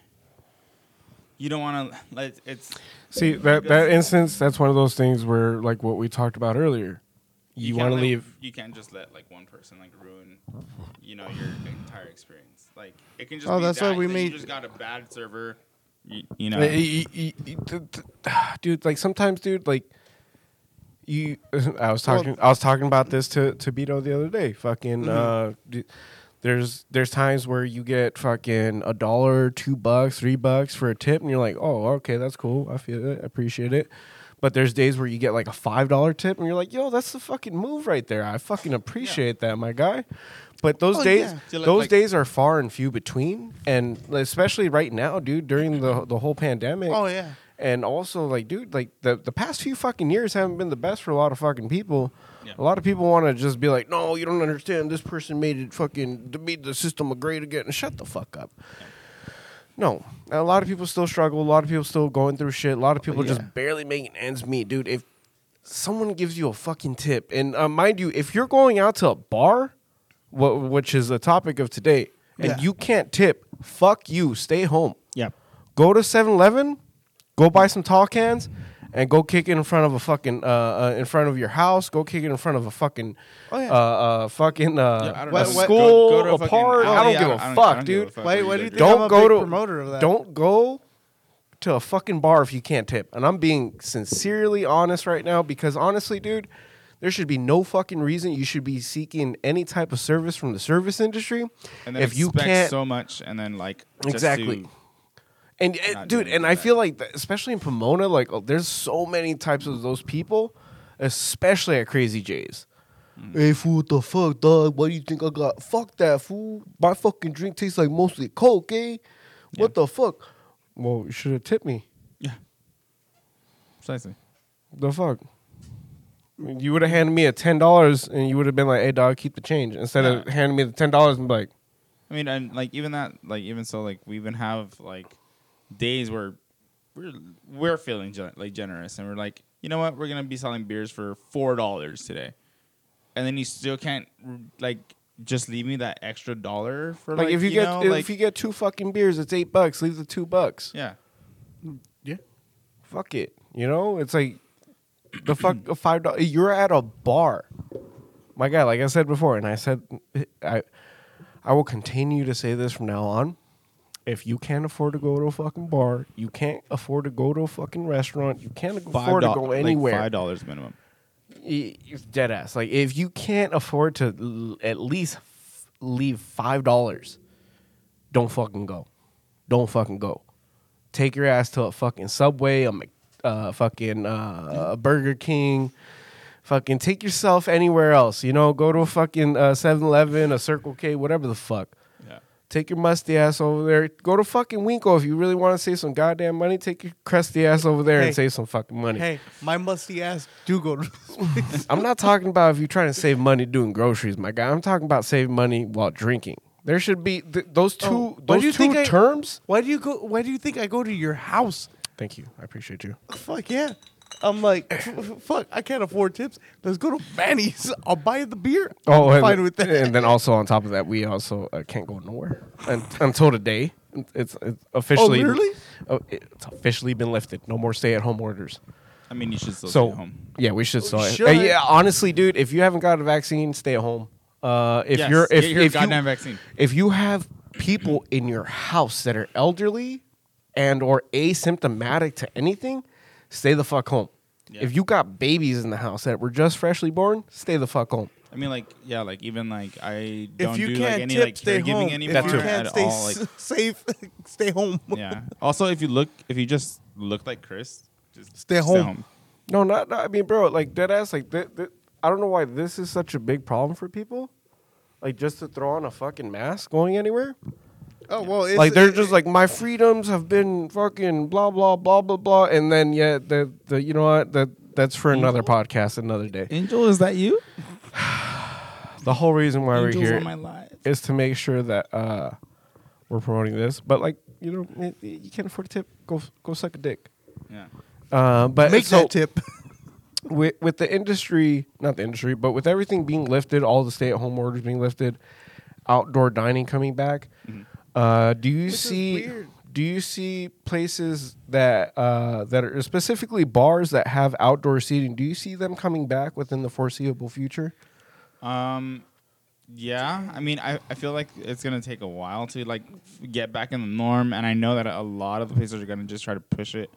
you don't want to. Like, it's See that that instance, that's one of those things where like what we talked about earlier. You, can't want to let- leave. You can't just let like one person like ruin, you know, your entire experience. Like it can just. Oh, be that's that, why we that made- You just got a bad server. You, you know. Uh, y- y- y- y- t- t- dude like sometimes dude like you i was talking i was talking about this to to Beto the other day fucking Mm-hmm. uh d- there's there's times where you get fucking a dollar two bucks three bucks for a tip and you're like oh okay that's cool i feel it I appreciate it but there's days where you get like a five dollar tip and you're like yo that's the fucking move right there i fucking appreciate that my guy but those Oh, days yeah. See, like- those like- days are far and few between and especially right now dude during the the whole pandemic Oh, yeah. and also like dude like the, the past few fucking years haven't been the best for a lot of fucking people Yeah. a lot of people want to just be like no you don't understand this person made it fucking to made the system a great again shut the fuck up no a lot of people still struggle a lot of people still going through shit a lot of people yeah. just barely making ends meet dude if someone gives you a fucking tip and uh, mind you if you're going out to a bar wh- which is the topic of today and Yeah. you can't tip fuck you stay home yeah. go to 7-Eleven, go buy some tall cans, and go kick it in front of a fucking uh, uh in front of your house. Go kick it in front of a fucking Oh, yeah. uh, uh fucking uh, I don't a know. what- school, Go- go to a, fucking park. I alley. don't give a I I fuck, don't give a dude. fuck Why- what why do do you think- I'm Don't a go big to promoter of that. Don't go to a fucking bar if you can't tip. And I'm being sincerely honest right now because honestly, dude. There should be no fucking reason you should be seeking any type of service from the service industry And then if you expect can't so much, and then like just Exactly. to- and uh, not dude, doing and it I back. feel like, that, especially in Pomona, like oh, there's so many types of those people, especially at Crazy J's. Mm. Hey fool, what the fuck, dog? Why do you think I got? Fuck that fool. My fucking drink tastes like mostly coke, eh? What the fuck? Well, you should have tipped me. yeah. Precisely. The fuck. You would have handed me a ten dollars, and you would have been like, "Hey, dog, keep the change." Instead of Yeah. handing me the ten dollars and be like, I mean, and like even that, like even so, like we even have like days where we're we're feeling gen- like generous, and we're like, you know what, we're gonna be selling beers for four dollars today, and then you still can't like just leave me that extra dollar for "Like if you, get know, if like, you get two fucking beers, it's eight bucks. Leave the two bucks." yeah, Yeah. fuck it. You know, it's like the fuck a five dollar. You're at a bar, my guy. Like I said before, and I said I, I will continue to say this from now on. If you can't afford to go to a fucking bar, you can't afford to go to a fucking restaurant. You can't afford to doll- go like, anywhere. five dollars minimum. Y- it's dead ass. Like if you can't afford to l- at least f- leave five dollars, don't fucking go. Don't fucking go. Take your ass to a fucking Subway, a Mc- uh, fucking uh, a Burger King. Fucking take yourself anywhere else. You know, go to a fucking uh, 7-Eleven, a Circle K, whatever the fuck. Yeah, Take your musty ass over there. Go to fucking Winko if you really want to save some goddamn money. Take your crusty ass over there Hey. and save some fucking money. Hey, my musty ass do go. to- I'm not talking about if you're trying to save money doing groceries, my guy. I'm talking about saving money while drinking. There should be th- those two. Oh, why those do you two think I- terms. why do you go? Why do you think I go to your house? Thank you. I appreciate you. Fuck yeah. I'm like, f- f- fuck, I can't afford tips. Let's go to Manny's. I'll buy the beer. Oh, I'm and, fine with that. and then also on top of that, we also uh, can't go nowhere un- until today. It's, it's officially. really? Oh, it's officially been lifted. No more stay-at-home orders. I mean, you should still so stay home. yeah, we should still. should. Uh, yeah, honestly, dude, if you haven't got a vaccine, stay at home. Uh, if Yes, you're if get your if you, goddamn vaccine. if you have people in your house that are elderly and or asymptomatic to anything, stay the fuck home. Yeah. If you got babies in the house that were just freshly born, stay the fuck home. I mean, like, yeah, like even like I If don't you do can't like any tip, like stay home. caregiving anymore if you can't at stay all. Like, s- safe, stay home. yeah. Also, if you look, if you just look like Chris, just Stay home. No, not, not I mean, bro, like dead ass, like th- th- I don't know why this is such a big problem for people. Like just to throw on a fucking mask going anywhere. Oh well, it's, like they're just like my freedoms have been fucking blah blah blah blah blah, and then yeah, the the you know what that that's for another podcast another day. Angel, is that you? The whole reason why Angel's we're here on my live. is to make sure that uh we're promoting this, but like you know it, you can't afford a tip, go go suck a dick. Yeah. Uh, but make so that tip. with with the industry, not the industry, but with everything being lifted, all the stay at home orders being lifted, outdoor dining coming back. Uh, do you is see? weird. Do you see places that uh, that are specifically bars that have outdoor seating? Do you see them coming back within the foreseeable future? Um, yeah. I mean, I, I feel like it's gonna take a while to like f- get back in the norm, and I know that a lot of the places are gonna just try to push it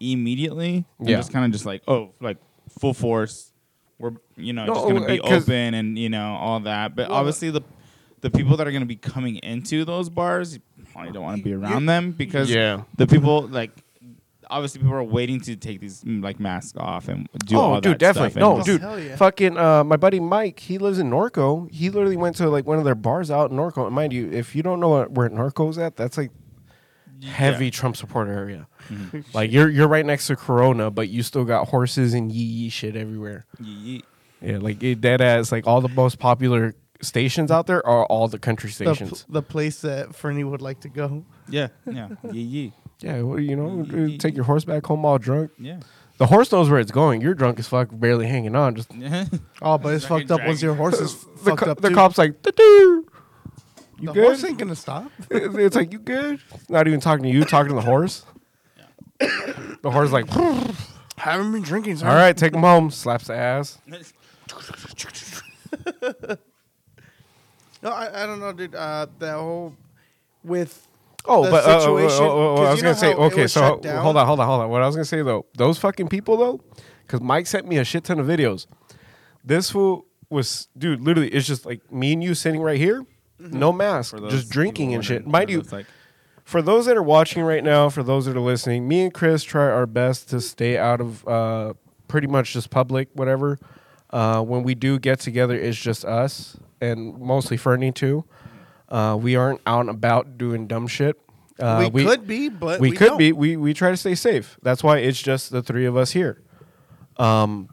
immediately. and Yeah. Just kind of just like oh, like full force. We're you know just No, gonna be uh, 'cause- open and you know all that, but Well- obviously the the people that are gonna be coming into those bars, you probably don't want to be around them because Yeah. the people like. Obviously, people are waiting to take these mm, like masks off and do all Oh, dude, that definitely. stuff. and No, just- dude, Oh, Hell yeah. fucking uh, my buddy Mike. He lives in Norco. He literally went to like one of their bars out in Norco. And mind you, if you don't know what, where Norco's at, that's like heavy Trump supporter area. Mm-hmm. Like you're you're right next to Corona, but you still got horses and yee yee shit everywhere. Yeet. Yeah, like it, dead ass. Like all the most popular stations out there are all the country The, pl- stations. the place that Fernie would like to go. Yeah, yeah, yeah, yeah, well, you Mm-hmm. know, take your horse back home all drunk. yeah, The horse knows where it's going. You're drunk as fuck, barely hanging on. Just yeah. Oh, but it's Dragon fucked up once Dragon. your horse is the, fucked co- up. the too. cop's like, "Doo-doo." you the good? horse ain't gonna stop. It- it's like you good. Not even talking to you, talking to the horse. The horse is like, all Haven't been drinking. Sorry. right, take him home. Slaps the ass. No, I, I don't know, dude. Uh, that whole with Oh, the but uh, oh, situation, oh, oh, oh, 'cause I was you know gonna say, how it okay, was so shut down? hold on, hold on, hold on. What I was gonna say though, those fucking people though, because Mike sent me a shit ton of videos. This fool was, dude, literally, it's just like me and you sitting right here, Mm-hmm. no mask, For those just drinking people and shit. wondering, Mind for you, those, like, for those that are watching right now, for those that are listening, me and Chris try our best to stay out of uh, pretty much just public, whatever. Uh, when we do get together, it's just us and mostly Fernie too. Uh, we aren't out and about doing dumb shit. Uh, we, could be, but we, we, could don't. be. We we try to stay safe. That's why it's just the three of us here. Um,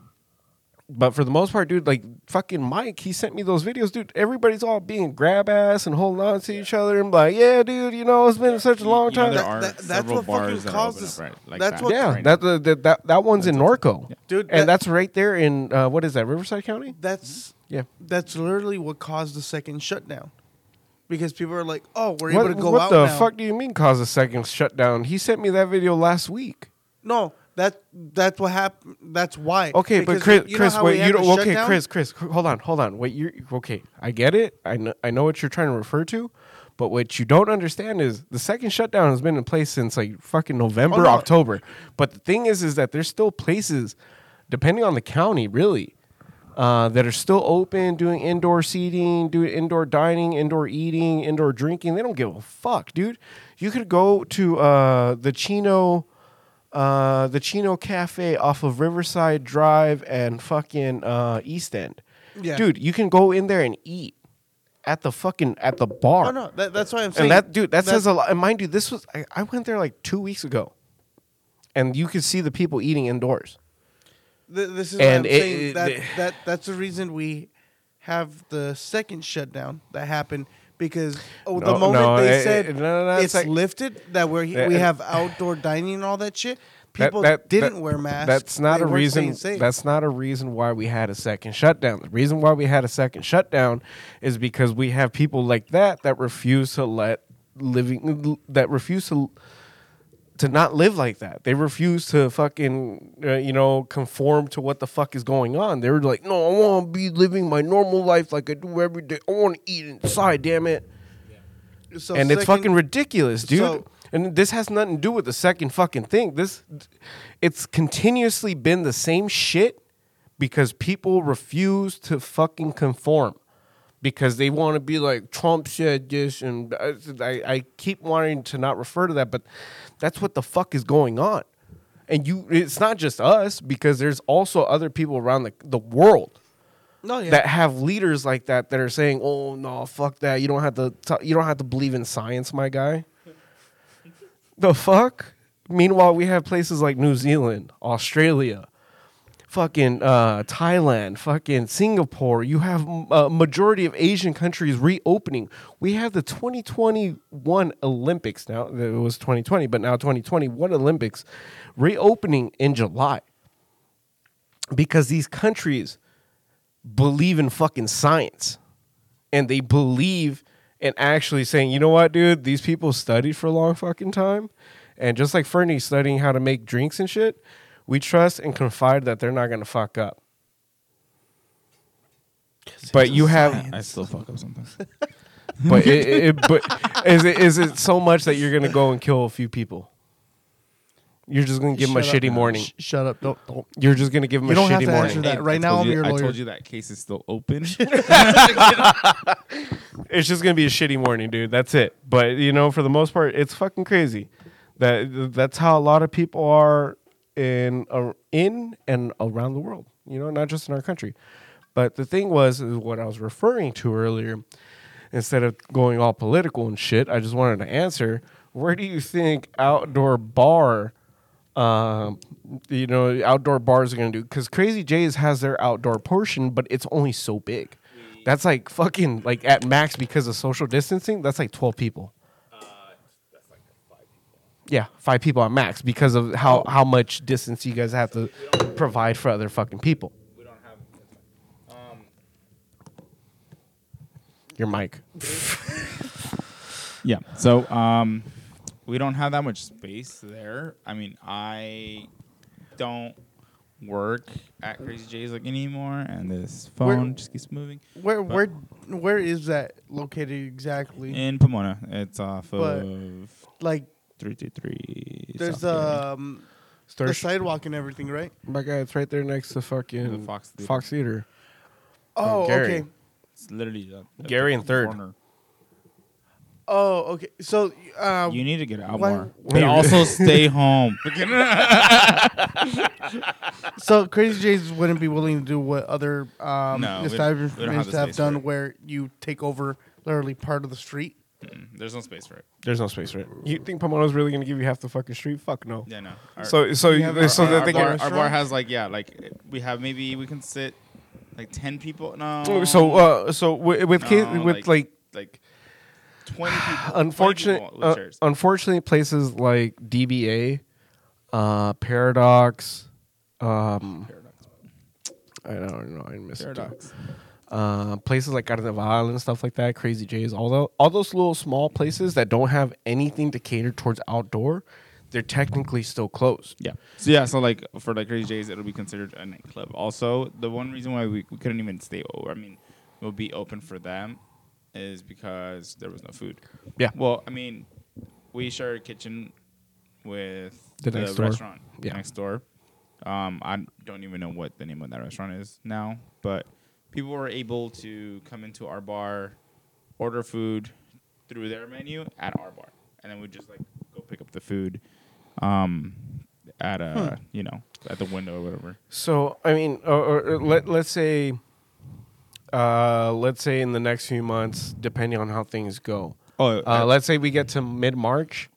but for the most part, dude, like fucking Mike, he sent me those videos, dude. Everybody's all being grab ass and holding on to each other. I'm like, yeah, dude, you know, it's been such a You- long you know, time. there That- are that- that's several what fucking bars that are caused open up this- right like that's that. what- yeah, right now. that, the, the, that that one's in Norco, Dude, and that- that's right there in uh, what is that Riverside County? That's Yeah. That's literally what caused the second shutdown, because people are like, "Oh, we're What, able to go what out the now." fuck do you mean cause a second shutdown? He sent me that video last week. No, that that's what happened. That's why. Okay, but Because Chris, you know Chris, how we wait, had you the don't. Okay, shutdown? Chris, Chris, cr- hold on, hold on. Wait, you are okay? I get it. I know, I know what you're trying to refer to, but what you don't understand is the second shutdown has been in place since like fucking November, Oh, no. October. But the thing is, is that there's still places, depending on the county, really, uh, that are still open, doing indoor seating, doing indoor dining, indoor eating, indoor drinking. They don't give a fuck, dude. You could go to uh, the Chino, uh, the Chino Cafe off of Riverside Drive and fucking uh, East End, Yeah. dude. You can go in there and eat at the fucking at the bar. Oh no, that, that's why I'm saying. and that dude, that, says that's- a lot. And mind you, this was I, I went there like two weeks ago, and you could see the people eating indoors. th- this is and what it- I'm saying. it- that, the- that that's the reason we have the second shutdown that happened because oh, No, the moment no, they it- said it- no, no, no, it's, it's like- lifted that we're, Yeah, we it- have outdoor dining and all that shit, That- people that- didn't that- wear masks. That's not They a weren't reason. staying safe. That's not a reason why we had a second shutdown. The reason why we had a second shutdown is because we have people like that that refuse to let living that refuse to to not live like that. They refuse to fucking uh, you know conform to what the fuck is going on. They were like, no, I want to be living my normal life like I do every day. I want to eat inside. Damn it So and it's second- fucking ridiculous, dude. so- and this has nothing to do with the second fucking thing. This, it's continuously been the same shit because people refuse to fucking conform because they want to be like Trump said this, and I, I, I keep wanting to not refer to that, but that's what the fuck is going on. And you, it's not just us because there's also other people around the, the world Oh, no, yeah. that have leaders like that that are saying, "Oh no, fuck that. You don't have to. T- you don't have to believe in science, my guy." the fuck. Meanwhile, we have places like New Zealand, Australia, fucking uh, Thailand, fucking Singapore. You have m- a majority of Asian countries reopening. We have the 2021 Olympics now. It was 2020, but now 2021 Olympics reopening in July because these countries believe in fucking science and they believe in actually saying, you know what, dude, these people studied for a long fucking time. And just like Fernie studying how to make drinks and shit, we trust and confide that they're not gonna fuck up. But you have, I still fuck up sometimes. but it, it, it- but is it is it so much that you're gonna go and kill a few people? You're just gonna give them a Shut up. shitty morning. Sh- shut up! Don't, don't. You're just gonna give them You a don't have shitty to morning. answer that. I right told now, I'm you- your I lawyer. told you that case is still open. it's just gonna be a shitty morning, dude. That's it. But you know, for the most part, it's fucking crazy. That that's how a lot of people are in uh, in and around the world. You know, not just in our country. But the thing was, is what I was referring to earlier. Instead of going all political and shit, I just wanted to answer. Where do you think outdoor bar, um, you know, outdoor bars are gonna do? Because Crazy J's has their outdoor portion, but it's only so big. That's like fucking like at max because of social distancing. That's like twelve people. Yeah, five people at max because of how Oh. how much distance you guys have to provide for other fucking people. we don't have. Your mic. Yeah. So um, we don't have that much space there. I mean, I don't work at Crazy J's like anymore, and this phone Where- just keeps moving. Where where where is that located exactly? In Pomona, it's off But- of like three two three. there's um the sidewalk and everything, right? My guy, it's right there next to fucking The Fox Theater. Fox Theater. Oh, Gary. okay. It's literally up- up Gary the in third. corner. Oh, okay. So uh, You need to get out why- more, but also stay home. so Crazy Jays wouldn't be willing to do what other um, No, we- we don't have establishments the have space for done, it. where you take over literally part of the street. There's no space for it. There's no space for it. You think Pomona's really gonna give you half the fucking street? Fuck no. Yeah, no. Our- So so You have you- so our- that our, they bar, can. can- our bar has like yeah, like we have maybe we can sit like ten people. No. So uh so wi- with ca- No, with like like twenty people. unfortunate, 20 people uh, with chairs. unfortunately, places like DBA, uh, Paradox, um, Paradox. I don't know, I missed it. Paradox. Uh, places like Carnaval and stuff like that, Crazy J's, all tho- all those little small places that don't have anything to cater towards outdoor, they're technically still closed. Yeah. So yeah, so like for like Crazy J's, it'll be considered a nightclub. Also, the one reason why we, we couldn't even stay over, I mean, we'll be open for them, is because there was no food. Yeah. Well, I mean, we share a kitchen with The the, next door. restaurant Yeah. next door. Um, I don't even know what the name of that restaurant is now, but people were able to come into our bar, order food through their menu at our bar, and then we just like go pick up the food, um, at a you know at the window or whatever. So I mean, or, or, or let let's say, uh, let's say in the next few months, depending on how things go, Oh, uh, uh, let's say we get to mid March,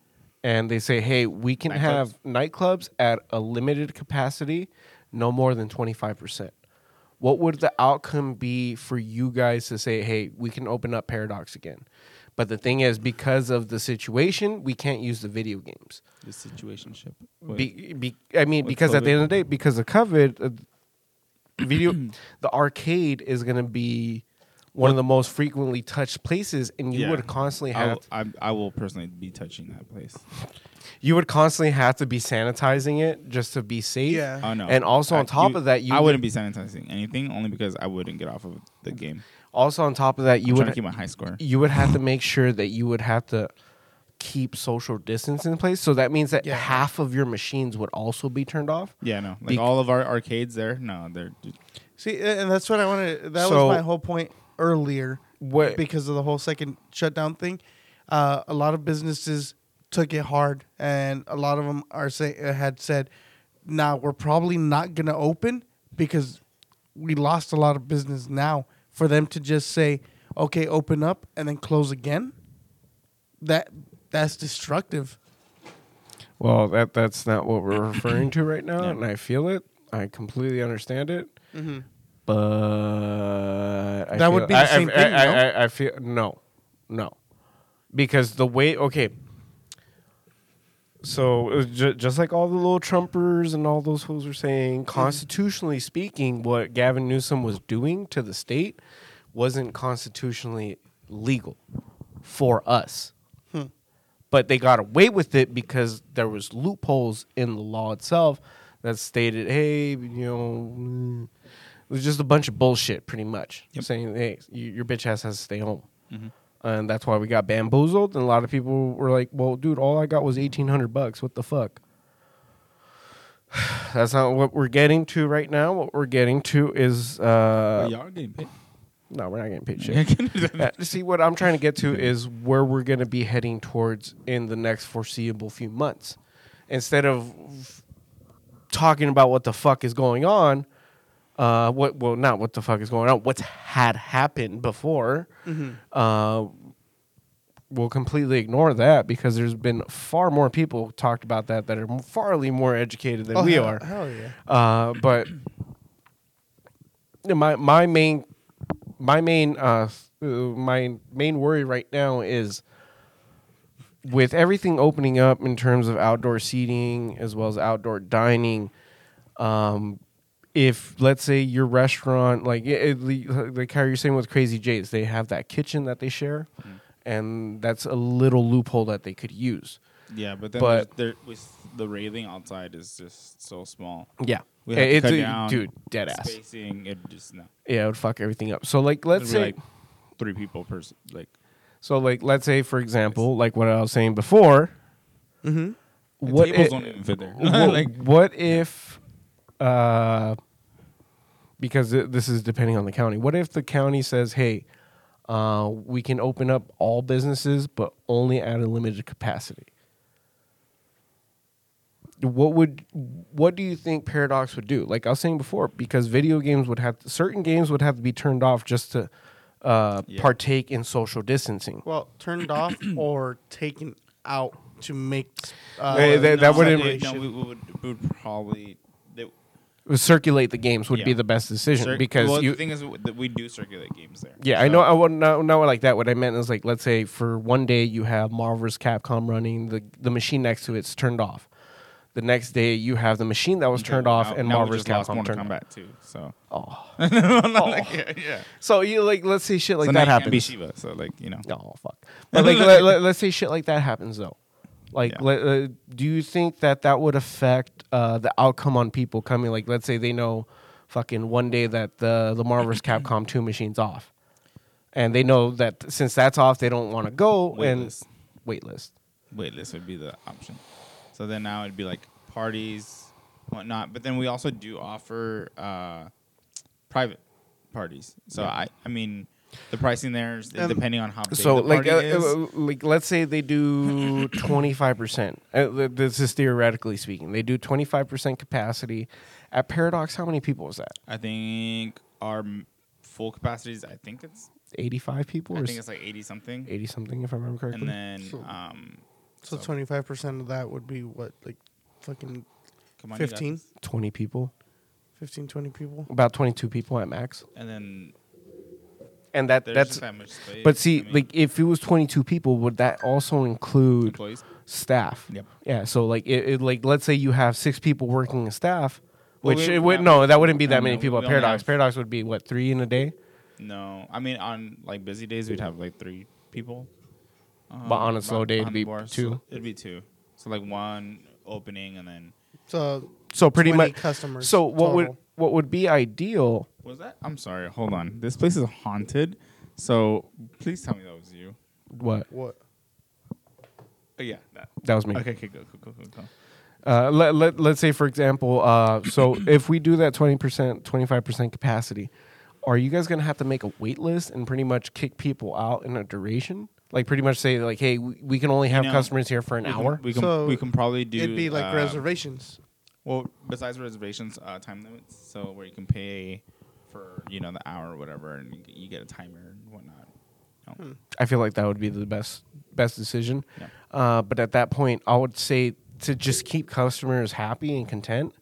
and they say, "Hey, we can Nightclubs? have nightclubs at a limited capacity, no more than twenty five percent." what would the outcome be for you guys to say, hey, we can open up Paradox again? But the thing is, because of the situation, we can't use the video games. The situationship. Be, be, I mean, with because at the COVID. end of the day, because of COVID, uh, video, the arcade is going to be one of the most frequently touched places, and you Yeah. would constantly I, have will, I, I will personally be touching that place. you would constantly have to be sanitizing it just to be safe. Yeah. Oh no! And also on I- top of that, you I would- wouldn't be sanitizing anything only because I wouldn't get off of the game. Also on top of that, you You I'm trying would to keep my high score. you would have to make sure that you would have to keep social distance in place. So that means that Yeah. half of your machines would also be turned off. Yeah, no. Like Bec- all of our arcades there, no, they're See, a- and that's what I wanted. That So- was my whole point earlier. What- Because of the whole second shutdown thing, uh, a lot of businesses took it hard, and a lot of them are say uh, had said, "Now we're probably not going to open because we lost a lot of business." Now for them to just say, "Okay, open up," and then close again, that that's destructive. Well, that that's not what we're referring to right now, Yeah. and I feel it. I completely understand it. But I That would feel- be the I- I- same I, thing, I, no? I- I feel no, no, because the way okay. So j- just like all the little Trumpers and all those fools were saying, constitutionally speaking, what Gavin Newsom was doing to the state wasn't constitutionally legal for us but they got away with it because there was loopholes in the law itself that stated, hey, you know, mm, it was just a bunch of bullshit, pretty much, Yep. saying, hey, you, your bitch ass has to stay home. And that's why we got bamboozled. And a lot of people were like, well, dude, all I got was 1800 bucks. What the fuck? That's not what we're getting to right now. What we're getting to is uh, y'all are getting paid. no, we're not getting paid shit. Uh, see, what I'm trying to get to is where we're going to be heading towards in the next foreseeable few months. Instead of f- talking about what the fuck is going on, uh, what well, not what the fuck is going on, what's had happened before, uh, we'll completely ignore that because there's been far more people talked about that that are farly more educated than we hell, are. Hell yeah. Uh, but yeah, my my main my main uh uh, my main worry right now is with everything opening up in terms of outdoor seating as well as outdoor dining um if let's say your restaurant like yeah, it- like how you're saying with crazy jays they have that kitchen that they share and that's a little loophole that they could use Yeah, but then But- but, there, with the railing outside is just so small. yeah We have to it's cut a- down dude dead ass Spacing, it just no. yeah it would fuck everything up so like let's It'd say be like three people per s- like. So, like, let's say, for example, like what I was saying before, what Mm-hmm. tables if, don't even fit there. what, like what if, uh, because th- this is depending on the county. What if the county says, "Hey, uh, we can open up all businesses, but only at a limited capacity"? What would what do you think Paradox would do? Like I was saying before, because video games would have certain games would have to be turned off just to uh, Yeah. partake in social distancing. Well, turned off or taken out to make. Uh, Hey, that- that wouldn't- it- No, we, we would, we would probably. They, circulate the games would be Yeah. the best decision cir- because well, you. the thing is that we do circulate games there. yeah, I know. So- I would not, not like that. What I meant is like, let's say for one day you have Marvel's Capcom running, the the machine next to it's turned off. The next day you have the machine that was turned off now- and now we Marvel's just lost Capcom Mortal turned off. Kombat too. So Oh. So you like, let's say shit like So that now you can't Be happens. Shiva, so like you know. Oh fuck! But like, let, let, us say shit like that happens though. Like, Yeah. let, uh, do you think that that would affect uh, the outcome on people coming? Like, let's say they know, fucking one day that the the Marvel's Capcom two machine's off, and they know that since that's off, they don't want to go Waitlist. and waitlist. waitlist would be the option. So then now it'd be like parties, whatnot. But then we also do offer uh, private parties. So I, I mean, the pricing there is Um, depending on how big So the like, party uh, is. uh, like let's say they do twenty five percent. Uh, This is theoretically speaking. They do twenty five percent capacity at Paradox. How many people is that? I think our m- full capacities. I think it's Eighty five people. I or think s- it's like eighty something, 80 something if I remember correctly. and then um, so twenty five percent of that would be what, like, fucking come on, you got 15? this. 20 people. 15, 20 people. about 22 people at max. And then And that there's that's just that much space. but see I mean, like if it was 22 people would that also include employees. staff? Yep. Yeah, so like it, it like let's say you have 6 people working as staff Well, which we- it would yeah, no, we- that wouldn't be no, that many no, people at we only Paradox. have- Paradox would be what 3 in a day? No, I mean on like busy days we'd have like three people. Um, But on a slow day, it'd on be more two. sl- it'd be two. So like one opening and then So So pretty 20 much customers. So what would total. what would be ideal? was that? I'm sorry. Hold on. This place is haunted. So please tell me that was you. What? what? Oh yeah, that. That was me. Okay, okay, go, go, go, go. Uh, let, let, let's say, for example, uh, so if we do that 20%, 25% capacity, are you guys going to have to make a wait list and pretty much kick people out in a duration? Like, pretty much say, like, hey, we, we can only have know, customers here for an We can- hour? We can So we can probably do. It'd be like uh, reservations. Well, besides reservations, uh, time limits. So where you can pay for you know the hour or whatever, and you- you get a timer and whatnot. No. Hmm. I feel like that would be the best best decision. Yeah. Uh, but at that point, I would say to just keep customers happy and content.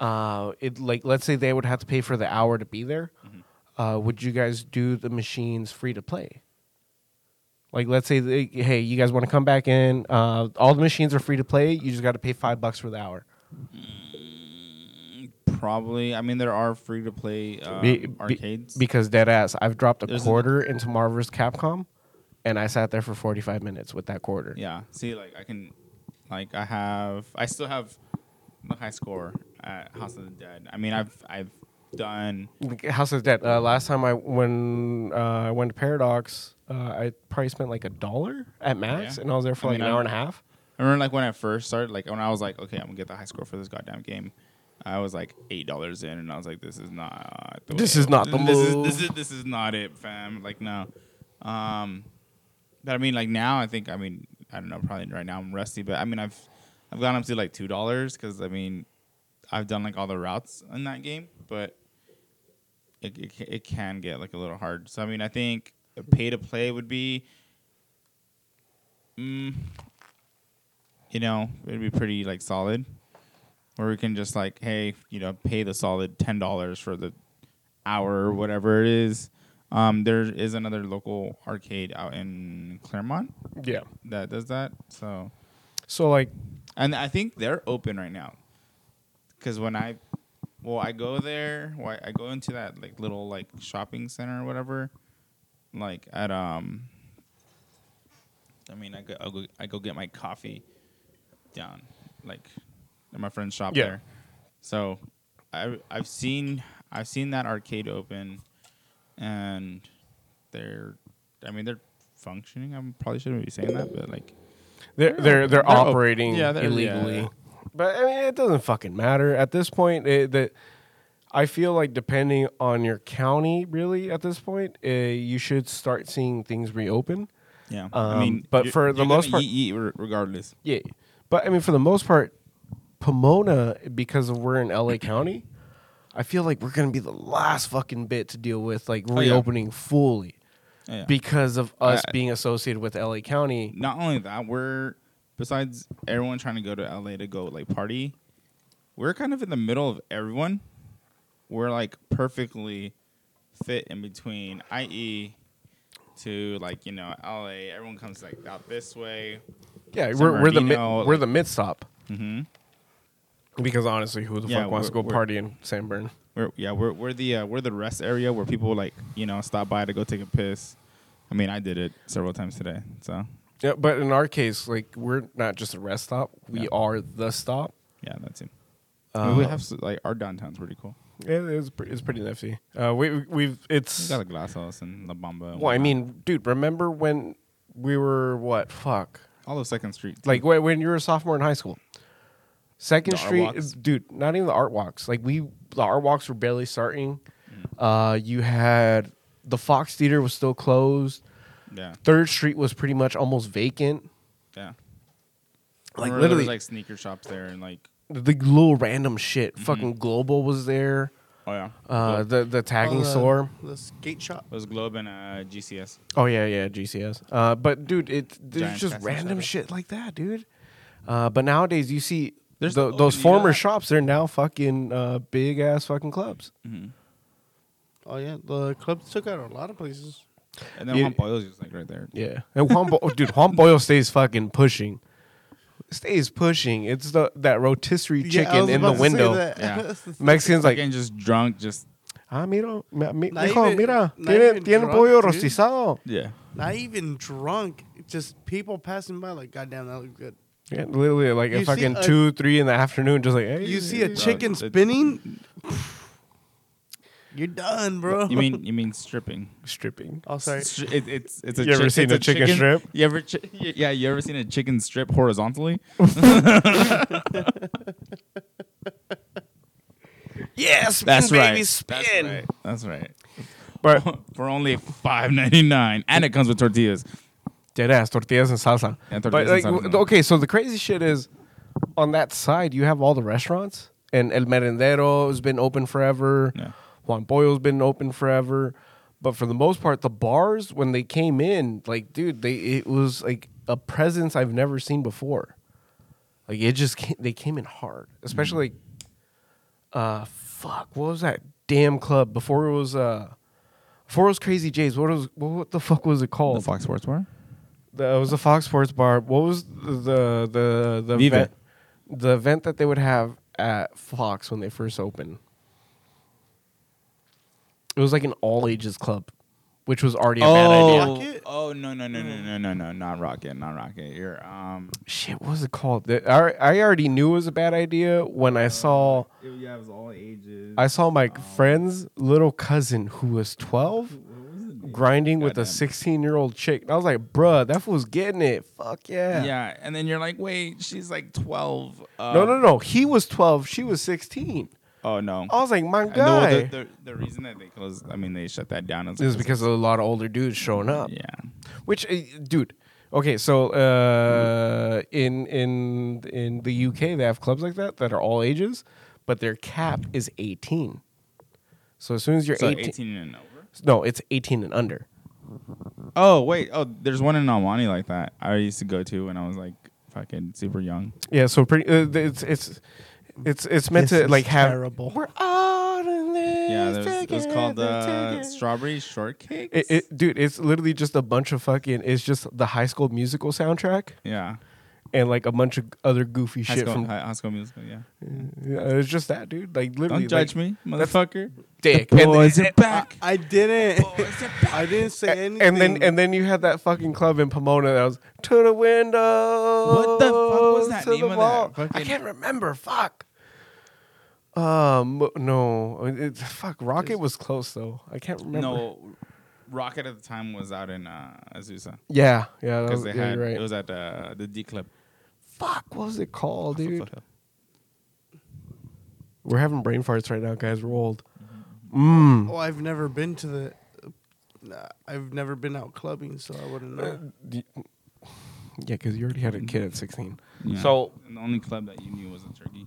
Uh, it like let's say they would have to pay for the hour to be there. Mm-hmm. Uh, would you guys do the machines free to play? Like let's say they, hey, you guys want to come back in? Uh, all the machines are free to play. You just got to pay five bucks for the hour. Probably. I mean, there are free to play um, Be- be- arcades. because dead ass, I've dropped a There's a- quarter into Marvel vs. Capcom, and I sat there for forty five minutes with that quarter. yeah. See, like I can, like I have, I still have the high score at House of the Dead. I mean, I've I've done. House of Dead. Uh, last time I when uh, I went to Paradox, uh, I probably spent like a dollar at max, Yeah. and I was there for I like an mean, I- hour and a half. I remember like when I first started, like when I was like, okay, I'm gonna get the high score for this goddamn game. I was like eight dollars in, and I was like, this is not. The This way- is not the this is- move. this is this is not it, fam. Like no. Um, but I mean, like now, I think I mean I don't know. Probably right now I'm rusty, but I mean I've I've gone up to like two dollars because I mean I've done like all the routes in that game, but it it, ca- it can get like a little hard. So I mean I think a pay to play would be, mm, you know, it'd be pretty like solid, where we can just like hey you know pay the solid ten dollars for the hour or whatever it is. Um, there is another local arcade out in Claremont Yeah. that does that. So, So like, and I think they're open right now. Because when I, well, I go there, well, I go into that like little like shopping center or whatever, like at um. I mean, I go, I go, I go get my coffee down, like at my friend's shop Yeah. there. So, I I've seen I've seen that arcade open, and they're, I mean, they're functioning. I probably shouldn't be saying that, but like they're they're they're, they're op- operating yeah, they're- illegally. yeah. But I mean, it doesn't fucking matter at this point. It, that I feel like depending on your county, really at this point, uh, you should start seeing things reopen. Yeah, Um, but you're- for the you're most gonna part- yeet, yeet re- regardless. Yeah, but I mean, for the most part, Pomona, because of we're in LA County, I feel like we're gonna be the last fucking bit to deal with like Oh, yeah. reopening fully Yeah. because of us I- being associated with LA County. Not only that, we're besides everyone trying to go to LA to go like party, we're kind of in the middle of everyone. We're like perfectly fit in between, i.e., to like you know LA. Everyone comes like out this way. Yeah, San we're, we're the mid, Bernardino, we're like- the mid stop. Mm-hmm. Because honestly, who the Yeah, fuck wants to we're- go we're- party in San Bern? We're yeah, we're we're the uh, we're the rest area where people like you know stop by to go take a piss. I mean, I did it several times today, so Yeah, but in our case, like we're not just a rest stop; we Yeah. are the stop. yeah, that's it. Uh, we have s- like our downtown's pretty cool. It is pre- it's pretty nifty. Uh, we we've it's We got a glass house and La Bamba. and Well, I whatnot. mean, dude, remember when we were what? Fuck. all of Second Street. too. Like when, when you were a sophomore in high school. Second The art Street, walks? dude, not even the art walks. Like we, the art walks were barely starting. Uh, you had the Fox Theater was still closed. yeah, Third Street was pretty much almost vacant. yeah. Like Remember there was, literally, like sneaker shops there and like, the little random shit. Mm-hmm. Fucking Global was there. oh yeah, Uh, Globe. the the tagging Oh, the- store. The skate shop. it was Globe and uh, GCS. Oh yeah, yeah, GCS. Uh, but dude, it there's Giant just Castle random Shadow. shit like that, dude. Uh, but nowadays you see There's Tho- the those open- you former know- shops, they're now fucking uh, big ass fucking clubs. Mm. Mhm. Oh yeah, the clubs took out a lot of places. And then You- Juan Pollo's just like right there. Yeah, and Juan, Bo- dude, Juan Boyle stays fucking pushing, stays pushing. It's the that rotisserie Yeah, I chicken was in the about to say window. that. Yeah. Mexicans like, Again, just drunk, just ah, mira, mi- mi- Not mijo, even- mira, not tiene, even tiene drunk, pollo dude. rostizado. yeah. Not even drunk, just people passing by like, goddamn, that looks good. Yeah, literally like You at see fucking a- two, three in the afternoon, just like hey, You see a hey. chicken it- spinning, you're done, bro. You mean you mean stripping? stripping. Oh, sorry. Stri- It, it's it's a. You ever chick- seen it's a chicken strip? You ever? Chi- yeah, you ever seen a chicken strip horizontally? Yes, That's baby, right. spin. That's right. That's right. But For only five ninety nine, and it comes with tortillas. dead ass tortillas and salsa. Yeah, but tortillas like, and salsa. w- okay, so the crazy shit is, on that side you have all the restaurants, and El Merendero has been open forever. Yeah. Juan Boyo's been open forever, but for the most part, the bars when they came in, like, dude, they it was like a presence I've never seen before. Like it just came, they came in hard, Mm. especially like, uh, fuck, what was that damn club before it was uh, before it was Crazy J's? What was what, what the fuck was it The called? Fox Sports Bar. The, it was a Fox Sports bar. What was the the the Viva. event, the event that they would have at Fox when they first opened? It was like an all ages club, which was already a bad idea. Rocket? oh no no no no no no no not rocket not rocket. You're um. Shit, what was it called? The- I I already knew it was a bad idea when I saw It, yeah, it was all ages. I saw my friend's little cousin who was twelve grinding with a Goddamn. sixteen year old chick. I was like, bruh, that fool's getting it. Fuck yeah. yeah, and then you're like, wait, she's like twelve. Uh, No, no, no. He was 12. She was 16. Oh no. I was like, my And the- well, guy. The, the, the reason that they closed, I mean, they shut that down. it was because of a lot of older dudes showing up. Yeah. Which, uh, dude. Okay, so uh, in in in the UK, they have clubs like that that are all ages, but their cap is 18. So as soon as you're So 18, 18 and over. no, it's 18 and under. Oh wait. Oh, there's one in Almani like that. I used to go to when I was like fucking super young. Yeah, so pretty. Uh, it's it's it's it's meant This to is like have. terrible. We're out in this. Yeah, there was, it was called together, uh, together. strawberry shortcake. It, it, dude, it's literally just a bunch of fucking. It's just the High School Musical soundtrack yeah. and like a bunch of other goofy High shit school, from. high, high school musical. Yeah. Yeah, it's just that, dude. Like literally, Don't judge like, me, motherfucker. Dick. The And, boys are and, back. I didn't. I didn't say anything. and then and then you had that fucking club in Pomona that was to the window. What the fuck was that to name the of that wall." I fucking- can't remember. Fuck. Um, no, it, fuck. Rocket was close though. I can't remember. no, Rocket at the time was out in uh, Azusa Yeah, yeah, that was, because they Oh, yeah, had you're right. it was at uh, the D Club. fuck, what was it called, dude? We're having brain farts right now, guys. We're old. Mm-hmm. Mm. oh, I've never been to the. uh, Nah, I've never been out clubbing, so I wouldn't know. Yeah, because you already had a kid at 16. Yeah. So And the only club that you knew was a turkey.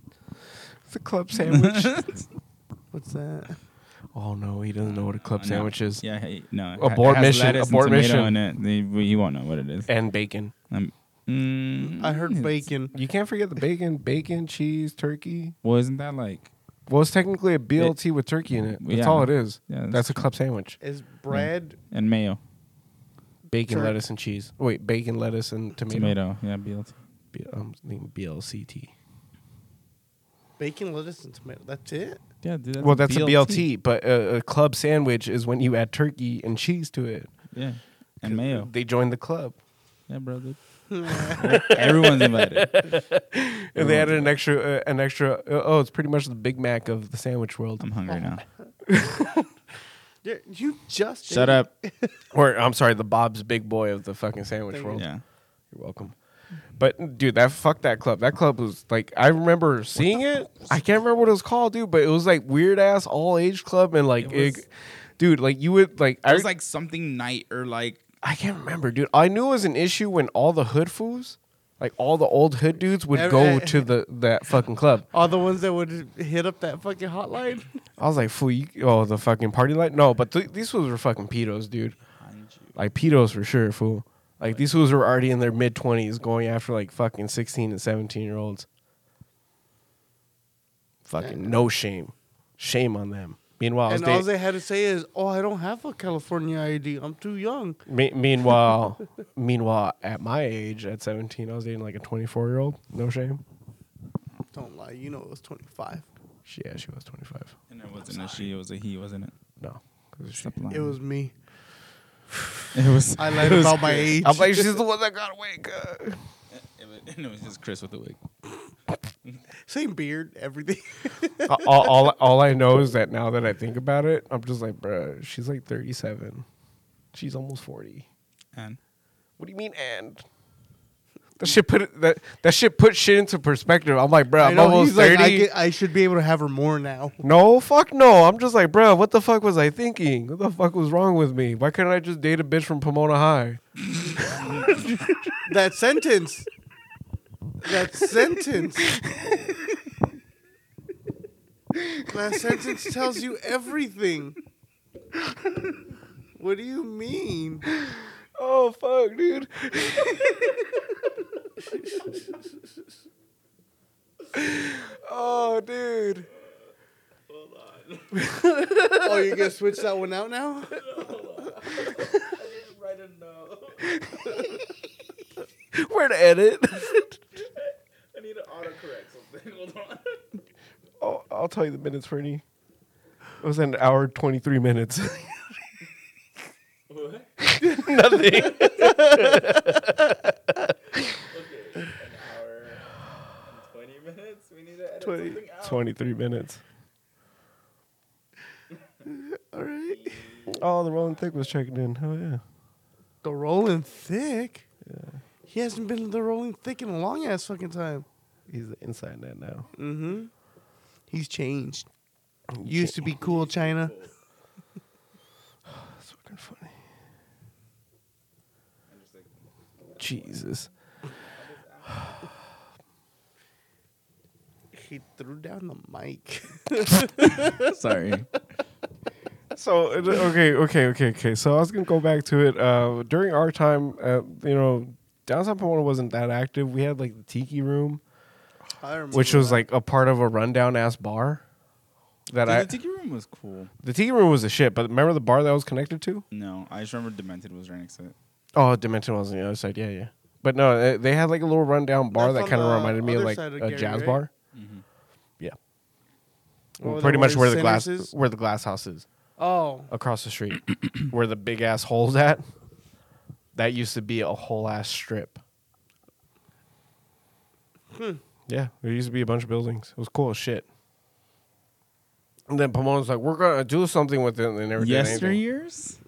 it's a club sandwich. What's that? oh no, he doesn't know what a club Uh, no. sandwich is. Yeah, hey, no. it Abort has mission, lettuce and abort tomato mission. Eh. In it. They, you won't know what it is. And bacon. Um, mm, I heard it's- bacon. You can't forget the bacon, bacon, cheese, turkey. Well, isn't that like? Well, it's technically a BLT with turkey in it. That's Yeah. all it is. Yeah, that's, that's a club sandwich. Is bread? And mayo, Bacon, Turk- lettuce, and cheese. Wait, bacon, lettuce, and tomato. tomato. Yeah, BLT. B- um, BLCT. Bacon, lettuce, and tomato. That's it. Yeah, dude, Well, that's a BLT, but a, a club sandwich is when you add turkey and cheese to it. Yeah, and mayo. They join the club. Yeah, bro. dude. Everyone's invited. And they added an extra, uh, an extra. Uh, oh, it's pretty much the Big Mac of the sandwich world. I'm hungry now. You're- You just Shut ate. up. Or I'm sorry, the Bob's Big Boy of the fucking sandwich Thank world. Yeah. You're welcome. But dude, that fuck that club. That club was like I remember seeing it. I can't remember what it was called, dude. But it was like weird ass all age club and like, It was- it- dude, like you would like I It was like something night or like I can't remember, dude. I knew it was an issue when all the hood fools, like all the old hood dudes, would Every- go eh, to the that fucking club. All the ones that would hit up that fucking hotline. I was like, fool, you, oh the fucking party light. No, but th- these fools were fucking pedos, dude. Like pedos for sure, fool. Like these fools were already in their mid twenties, going after like fucking sixteen and seventeen year olds. Fucking no shame. Shame on them. Meanwhile, I was and all da- they had to say is, "Oh, I don't have a California ID. I'm too young." Me- meanwhile, meanwhile, at my age, at 17, I was dating like a 24 year old. No shame. Don't lie. You know it was 25. She, yeah, she was 25. And it wasn't a she, it was a he, wasn't it? No. 'cause she- Stop lying. It was me. It was. I lied about my age. I'm like, she's the one that got away. God. It was, and it was just Chris with the wig. Same beard, everything. all, all, all I know is that now that I think about it, I'm just like, bruh, she's like 37. She's almost 40. And What do you mean and? That shit put it, that that shit put shit into perspective. I'm like, bro, I I'm know, almost he's like, thirty. I, get- I should be able to have her more now. no, fuck no. I'm just like, bro, what the fuck was I thinking? What the fuck was wrong with me? Why couldn't I just date a bitch from Pomona High? That sentence. That sentence. that sentence tells you everything. What do you mean? Oh fuck, dude. oh, dude. Oh, you're gonna switch that one out now? Where to edit? I need to autocorrect something. Hold on. oh, I'll tell you the minutes, Fernie. It was an hour twenty three minutes. What? Nothing. Okay. An hour and 20 minutes? We need to edit 20, 23 minutes. All right. Oh, the Rolling Thick was checking in. Oh, yeah. The Rolling Thick. He hasn't been in the Rolling Thick in a long ass fucking time. He's inside that now. Mm-hmm. He's changed. Mm-hmm. Used to be cool, China. That's fucking funny. Jesus. He threw down the mic. Sorry. So, uh, okay, okay, okay, okay. So, I was going to go back to it. Uh, during our time, uh, you know, downtown Pomona wasn't that active. We had like the Tiki Room, I remember which was that. like a part of a rundown ass bar. That I, the tiki room was cool. the Tiki Room was a shit, but remember the bar that I was connected to? No, I just remember Demented was right next to it. Oh, Dimension was on the other side. Yeah, yeah. But no, they- they had like a little rundown bar That's that kind on of the reminded me of other like side of a Gary, jazz right? bar. Mhm. Yeah. Or the- Pretty where much the where the glass Sinners is? where the glass house is Oh, across the street, where the big ass hole's at. That used to be a whole ass strip. Hmm. Yeah, there used to be a bunch of buildings. It was cool as shit. And then Pomona's like, "We're gonna do something with it." And they never did anything. Yesteryears?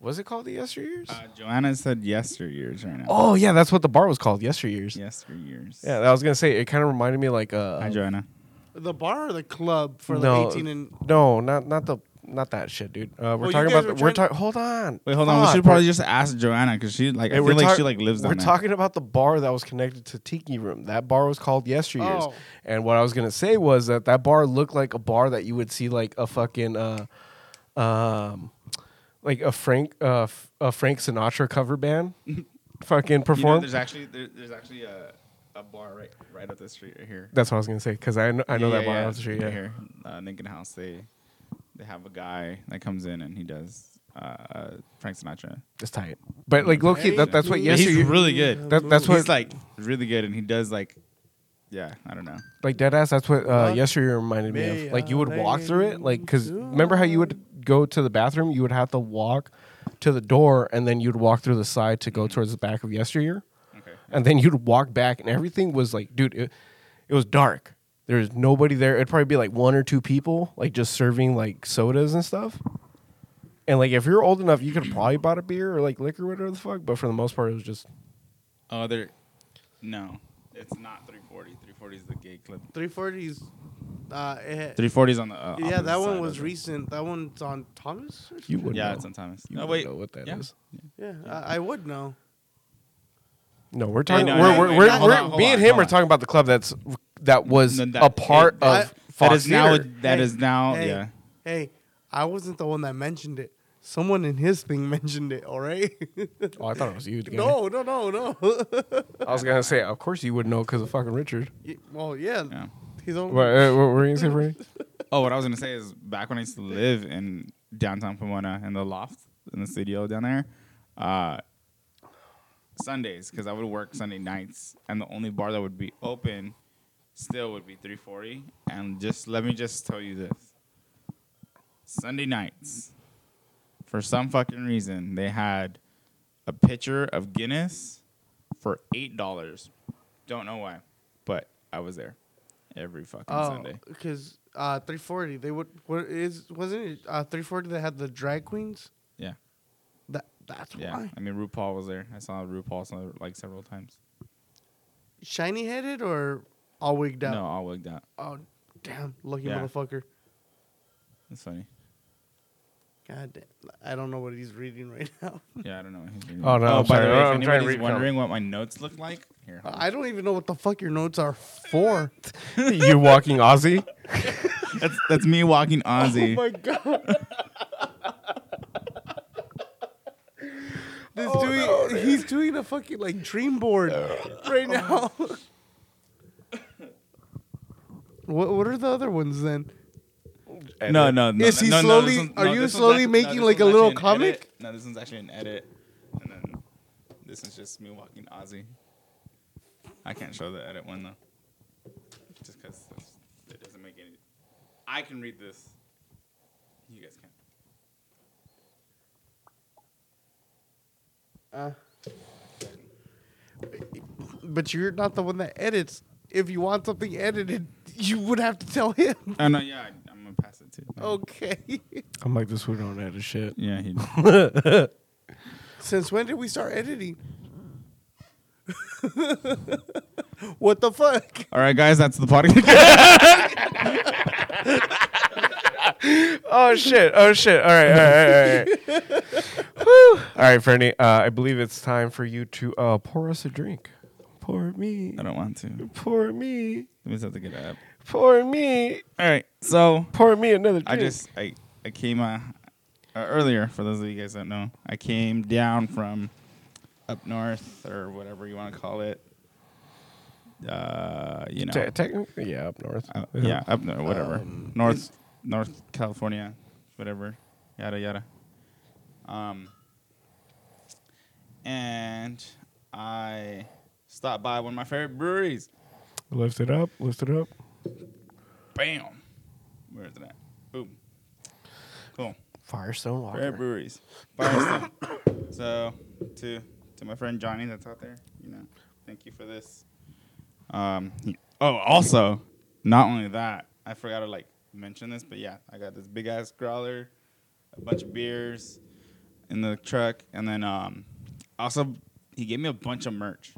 Was it called the Yesteryears? Uh, Joanna said yesteryears right now. oh yeah, that's what the bar was called. Yesteryears. Yesteryears. Yeah, I was gonna say it kind of reminded me like uh Hi, Joanna. the bar or the club for the no, 18 and no, not not the not that shit, dude. Uh, we're you talking guys about were the, we're trying- talking. Hold on, Wait, hold on. We Fuck, should we're- probably just ask Joanna because she like Hey, I we're feel like talk- she like lives down We're there. talking about the bar that was connected to Tiki Room. That bar was called Yesteryears, Oh. and what I was gonna say was that that bar looked like a bar that you would see like a fucking uh, um, like a Frank uh, f- a Frank Sinatra cover band, fucking You know, perform. there's actually there, there's actually a, a bar right right up the street right here. That's what I was gonna say because I kn- I know Yeah, that yeah, bar yeah. off the street. Right Yeah. here, uh, Lincoln House. They they have a guy that comes in and he does uh, uh, Frank Sinatra. It's tight, but like low key, that, that's what Yeah, he's Yesteryears. really good. That- that's what- he's like really good, and he does like, yeah, I don't know. like dead ass. That's what uh, Fuck yesterday reminded me me, of. Like you would walk I through it, like because remember how you would go to the bathroom, you would have to walk to the door, and then you'd walk through the side to Mm-hmm. go towards the back of yesteryear, Okay, and then you'd walk back, and everything was like, dude, it, it was dark. There was nobody there. It'd probably be like one or two people, like just serving like sodas and stuff. And like if you're old enough, you could probably bought a beer or like liquor, whatever the fuck. But for the most part, it was just oh, there, no, it's not 340. 340 is the gay clip. 340s. Uh, eh, 340 is on the uh, yeah, opposite that side one of was the- recent. That one's on Thomas. Or you something? would Yeah, know. it's on Thomas. you no, would wait, know what that is. yeah. Yeah, I, I would know. No, we're talking. no, we're, no, we're, wait, we're, no, hold we're- on, hold me on, and him hold are on. talking about the club that's that was No, that- a part it- that- of Fox That is now. Theater. That Hey, is now. hey, Oh, Yeah. Hey, I wasn't the one that mentioned it. Someone in his thing mentioned it. All right. oh, I thought it was you. Again. no, no, no, no. I was gonna say, of course you would know because of fucking Richard. Y- well, yeah, Yeah. He's old. What, uh, what were you gonna say, Freddie? Oh, what I was gonna say is back when I used to live in downtown Pomona in the loft in the studio down there, uh, Sundays because I would work Sunday nights, and the only bar that would be open still would be 340. And just let me just tell you this: Sunday nights, for some fucking reason, they had a pitcher of Guinness for eight dollars. Don't know why, but I was there every fucking Oh, Sunday. because uh, 340. They would. What is? Wasn't it uh, 340 that had the drag queens? Yeah. That that's Yeah, why. I mean RuPaul was there. I saw RuPaul some- like several times. Shiny headed or all wigged out? No, all wigged out. Oh, damn! Lucky Yeah. motherfucker. That's funny. God damn! I don't know what he's reading right now. Yeah, I don't know. What he's reading. Oh, no, I'm by sorry. the way, I'm trying if to anybody's read from- wondering what my notes look like, here. hold on. I don't even know what the fuck your notes are for. you walking Aussie? that's that's me walking Aussie. my god. This Oh, doing, he's doing a fucking like dream board right now. what what are the other ones then? no, no, no. Is he no, no, slowly- this one's- are no, you this one's slowly actually- no, making this like one's a little actually an edit. comic? No, this one's actually an edit, and then this is just me walking Aussie. I can't show the edit one though, just because it doesn't make any. I can read this. You guys can't. But you're not the one that edits. If you want something edited, you would have to tell him. Oh no, yeah, I, I'm gonna pass it too. Okay. I'm like this. We don't edit shit. Yeah, he. Since when did we start editing? what the fuck? All right, guys, that's the podcast. Oh shit! Oh shit! All right, all right, all right. All right, Whew. all right Fernie. Uh, I believe it's time for you to uh, pour us a drink. Pour me. I don't want to. Let Pour me. me just have to get up. Pour me. All right, so Pour me another drink. I just I I came uh, uh, earlier for those of you guys that don't know. I came down from up north or whatever you want to call it. Uh, you know, Te- technically, yeah, up north. uh, yeah, up north, whatever, north, North California, whatever, yada yada. Um, and I stopped by one of my favorite breweries. Lift it up. Lift it up. Bam. Where is it at? Boom. Cool. Firestone Rare Water. breweries. Firestone. so to to my friend Johnny that's out there, you know, thank you for this. Um. he- oh, also, not only that, I forgot to like mention this, but yeah, I got this big ass growler, a bunch of beers in the truck, and then um, also he gave me a bunch of merch.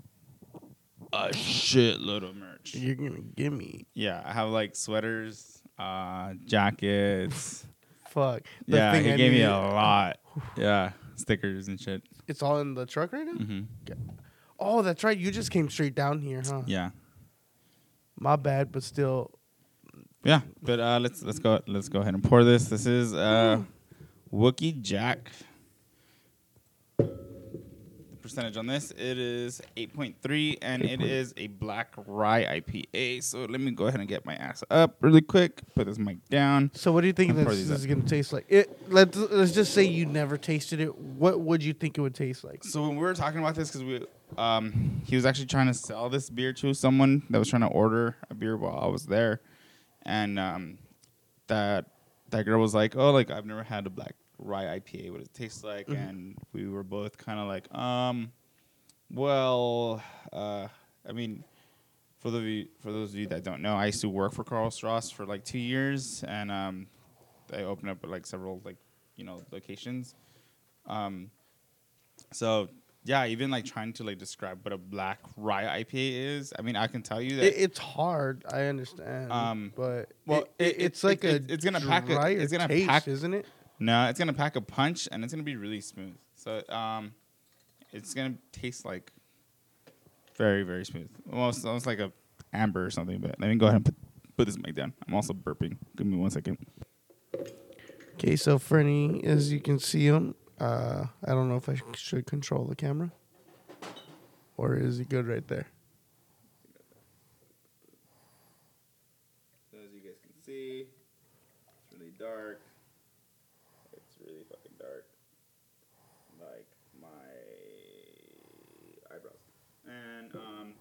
A shitload of merch. You're gonna give me Yeah, I have like sweaters, uh, jackets. fuck. The yeah, thing he I gave me need- Oh. a lot. Yeah, stickers and shit. It's all in the truck right now. hmm Oh, that's right. You just came straight down here, huh? Yeah, My bad, but still. yeah. But uh, let's let's go let's go ahead and pour this. This is uh, Wookie Jack. The percentage on this it is eight point three, and it is a black rye IPA. So let me go ahead and get my ass up really quick. Put this mic down. So, what do you think I'll this, pour this these is up. gonna taste like? It. Let's let's just say you never tasted it. What would you think it would taste like? So when we were talking about this, because we, um, he was actually trying to sell this beer to someone that was trying to order a beer while I was there, and um, that that girl was like, "Oh, like I've never had a black rye IPA. What does it taste like?" And we were both kind of like, "Um, well, uh, I mean." For the you- for those of you that don't know, I used to work for Carl Strauss for like two years, and um, I opened up like several like you know locations. Um, so yeah, even like trying to like describe what a black rye IPA is, I mean, I can tell you that It, it's hard. I understand. Um, but well, it, it- it- it's it- like a it- it's gonna pack a- drier it's gonna taste, pack- isn't it? no, it's gonna pack a punch and it's gonna be really smooth. So um, it's gonna taste like very very smooth, almost almost like a amber or something. But let me go ahead and put, put this mic down. I'm also burping. Give me one second. Okay, so Fernie, as you can see him, uh, I don't know if I should control the camera, or is he good right there? dark. It's really fucking dark. Like my eyebrows. And um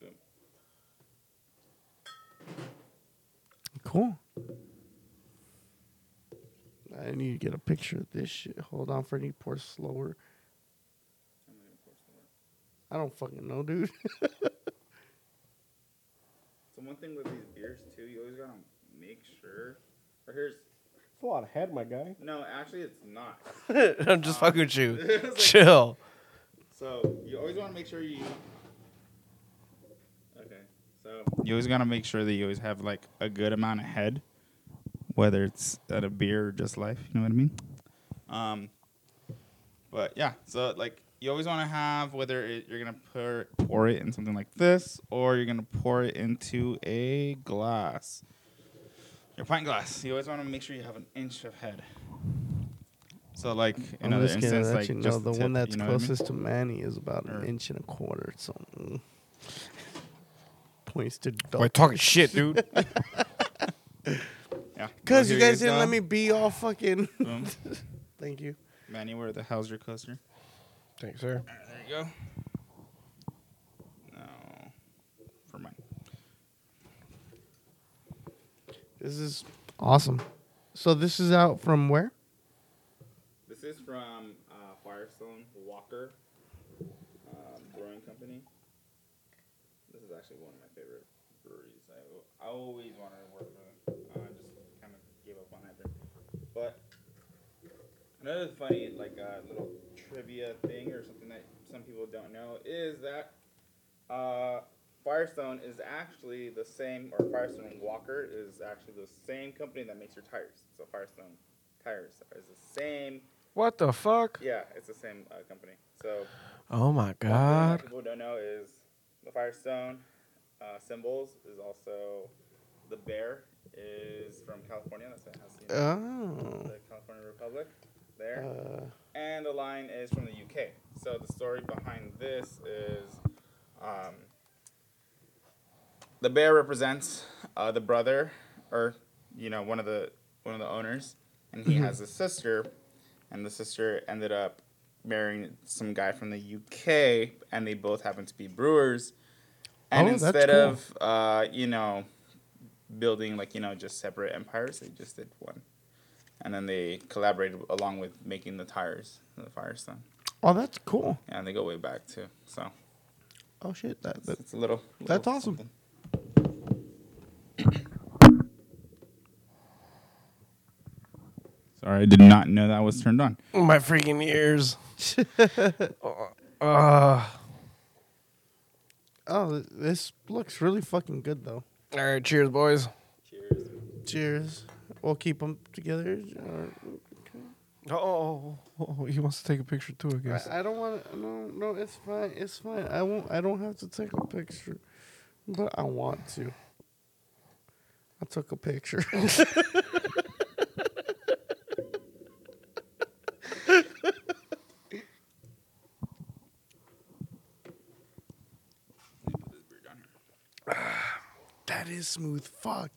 boom. Cool. I need to get a picture of this shit. Hold on, Freddie. Pour slower. I'm gonna pour some more. I don't fucking know, dude. So one thing with these beers too, you always gotta make sure or here's It's a lot of head, my guy. no, actually it's not. I'm just fucking with I you. was like, Chill. So you always want to make sure you. Okay, so You always gotta make sure that you always have like a good amount of head, whether it's at a beer or just life. You know what I mean? Um, but yeah, so like you always want to have whether it, you're gonna pour pour it in something like this or you're gonna pour it into a glass, your pint glass. You always want to make sure you have an inch of head. So like in other just gonna instance, let like you know, just the tip, one that's you know what I mean? closest to Manny is about Or- an inch and a quarter. So mm. points to We're double. talking shit, dude. Yeah. Cause Well, you here guys you didn't let go. me be all fucking. Boom. Thank you. Manny, where the hell's your coaster? Thanks, sir. There you go. No. For mine. This is awesome. So this is out from where? this is from uh, Firestone Walker um, Brewing Company. This is actually one of my favorite breweries. I, I always wanted to work for them. Uh, I just kind of gave up on that drink. But another funny, like uh, little trivia thing or something that some people don't know is that uh, Firestone is actually the same, or Firestone and Walker is actually the same company that makes your tires. So Firestone Tires is the same. What the fuck? Yeah, it's the same uh, company. So Oh my one thing that god. people don't know is the Firestone uh, symbols is also the bear is from California. That's what it has the, Oh. the California Republic there, Uh, and the lion is from the UK. So the story behind this is. Um, the bear represents uh, the brother, or you know, one of the one of the owners, and Mm-hmm. he has a sister, and the sister ended up marrying some guy from the UK, and they both happen to be brewers. And Oh, that's instead cool. of uh, you know building like you know just separate empires, they just did one, and then they collaborated along with making the tires, the Firestone, oh, that's cool. and they go way back too. So Oh shit, that, that it's a little. That's little awesome. something. Sorry, I did not know that was turned on. My freaking ears. uh, Oh, th- this looks really fucking good though. all right, cheers, boys. Cheers. Cheers. We'll keep them together. or- Oh, he wants to take a picture too, I guess. I, I don't want to. No, no, it's fine. It's fine. I won't. I don't have to take a picture, but I want to. I took a picture. that is smooth. Fuck.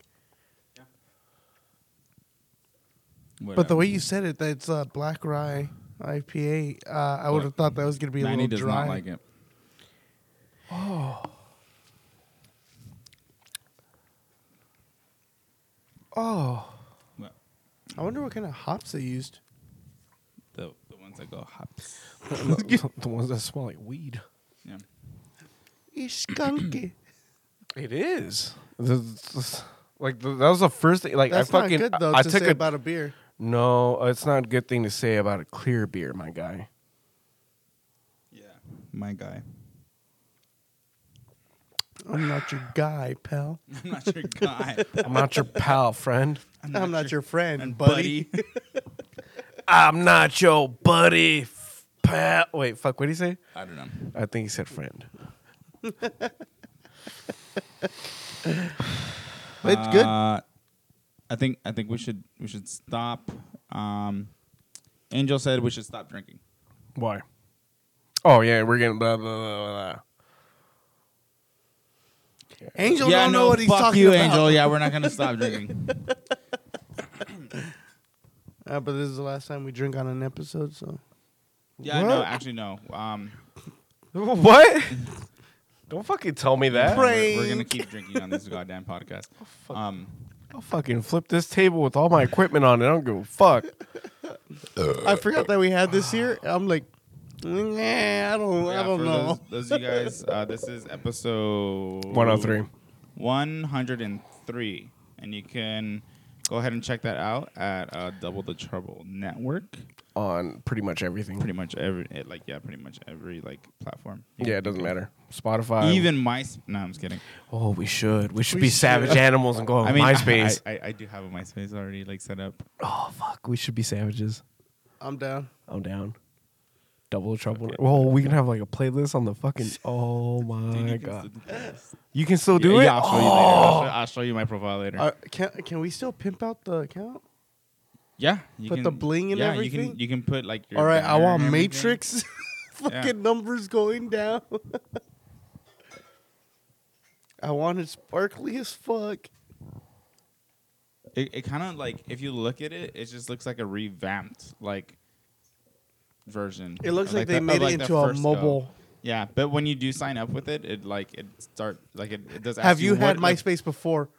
But the way you said it, that's uh, black rye IPA. Uh, I would have thought that was gonna be a Manny little does dry. not like it. oh, What? I wonder what kind of hops they used. The, the ones that go hops. the the ones that smell like weed. Yeah. It's skunky. It is. like the, that was the first thing. Like That's I fucking. not good though I, I to took say a. about a beer. no, it's not a good thing to say about a clear beer, my guy. Yeah. My guy. I'm not your guy, pal. I'm not your guy. I'm not your pal, friend. I'm not, your, friend, and buddy. buddy. I'm not your buddy, f- pal. Wait, fuck. What did he say? I don't know. I think he said friend. But it's good. Uh, I think I think we should we should stop. Um, Angel said we should stop drinking. Why? Oh yeah, we're getting blah blah blah. blah. Angel don't know what he's fuck talking you, about. Angel. Yeah, we're not gonna stop drinking. Uh, but this is the last time we drink on an episode, so Yeah, no, actually no. Um, What? Don't fucking tell me that. we're, we're gonna keep drinking on this goddamn podcast. Oh, Um, I'll fucking flip this table with all my equipment on it. I don't give a fuck. I forgot that we had this here. I'm like, nah, I don't, yeah, I don't for know. Those, those of you guys, uh, this is episode 103. 103. And you can go ahead and check that out at uh, Double the Trouble Network. On pretty much everything. Pretty much every, eh, like, yeah, pretty much every, like, platform. yeah, it doesn't matter. Spotify. Even my, no, I'm just kidding. Oh, we should. We should be savage animals and go on I mean, Oh, MySpace. I, I, I do have a MySpace already, like, set up. oh, fuck. We should be savages. I'm down. I'm down. Double trouble. Well, we can have like a playlist on the fucking. Oh Dude, my you can god. still do this. You can still do yeah, it. Yeah, I'll show you later. I'll show, Oh. I'll show you my profile later. Uh, can can we still pimp out the account? yeah, you put can, the bling and yeah, You everything? can, you can put like your. All right, I banner want and everything. Matrix. Fucking numbers going down. I want it sparkly as fuck. It, it kind of like if you look at it, it just looks like a revamped like version. It looks Of, like, they the- of, made like, it the into a first go. mobile. Yeah, but when you do sign up with it, it like it start like it, it does. ask Have you, Mm. what, had like- MySpace before?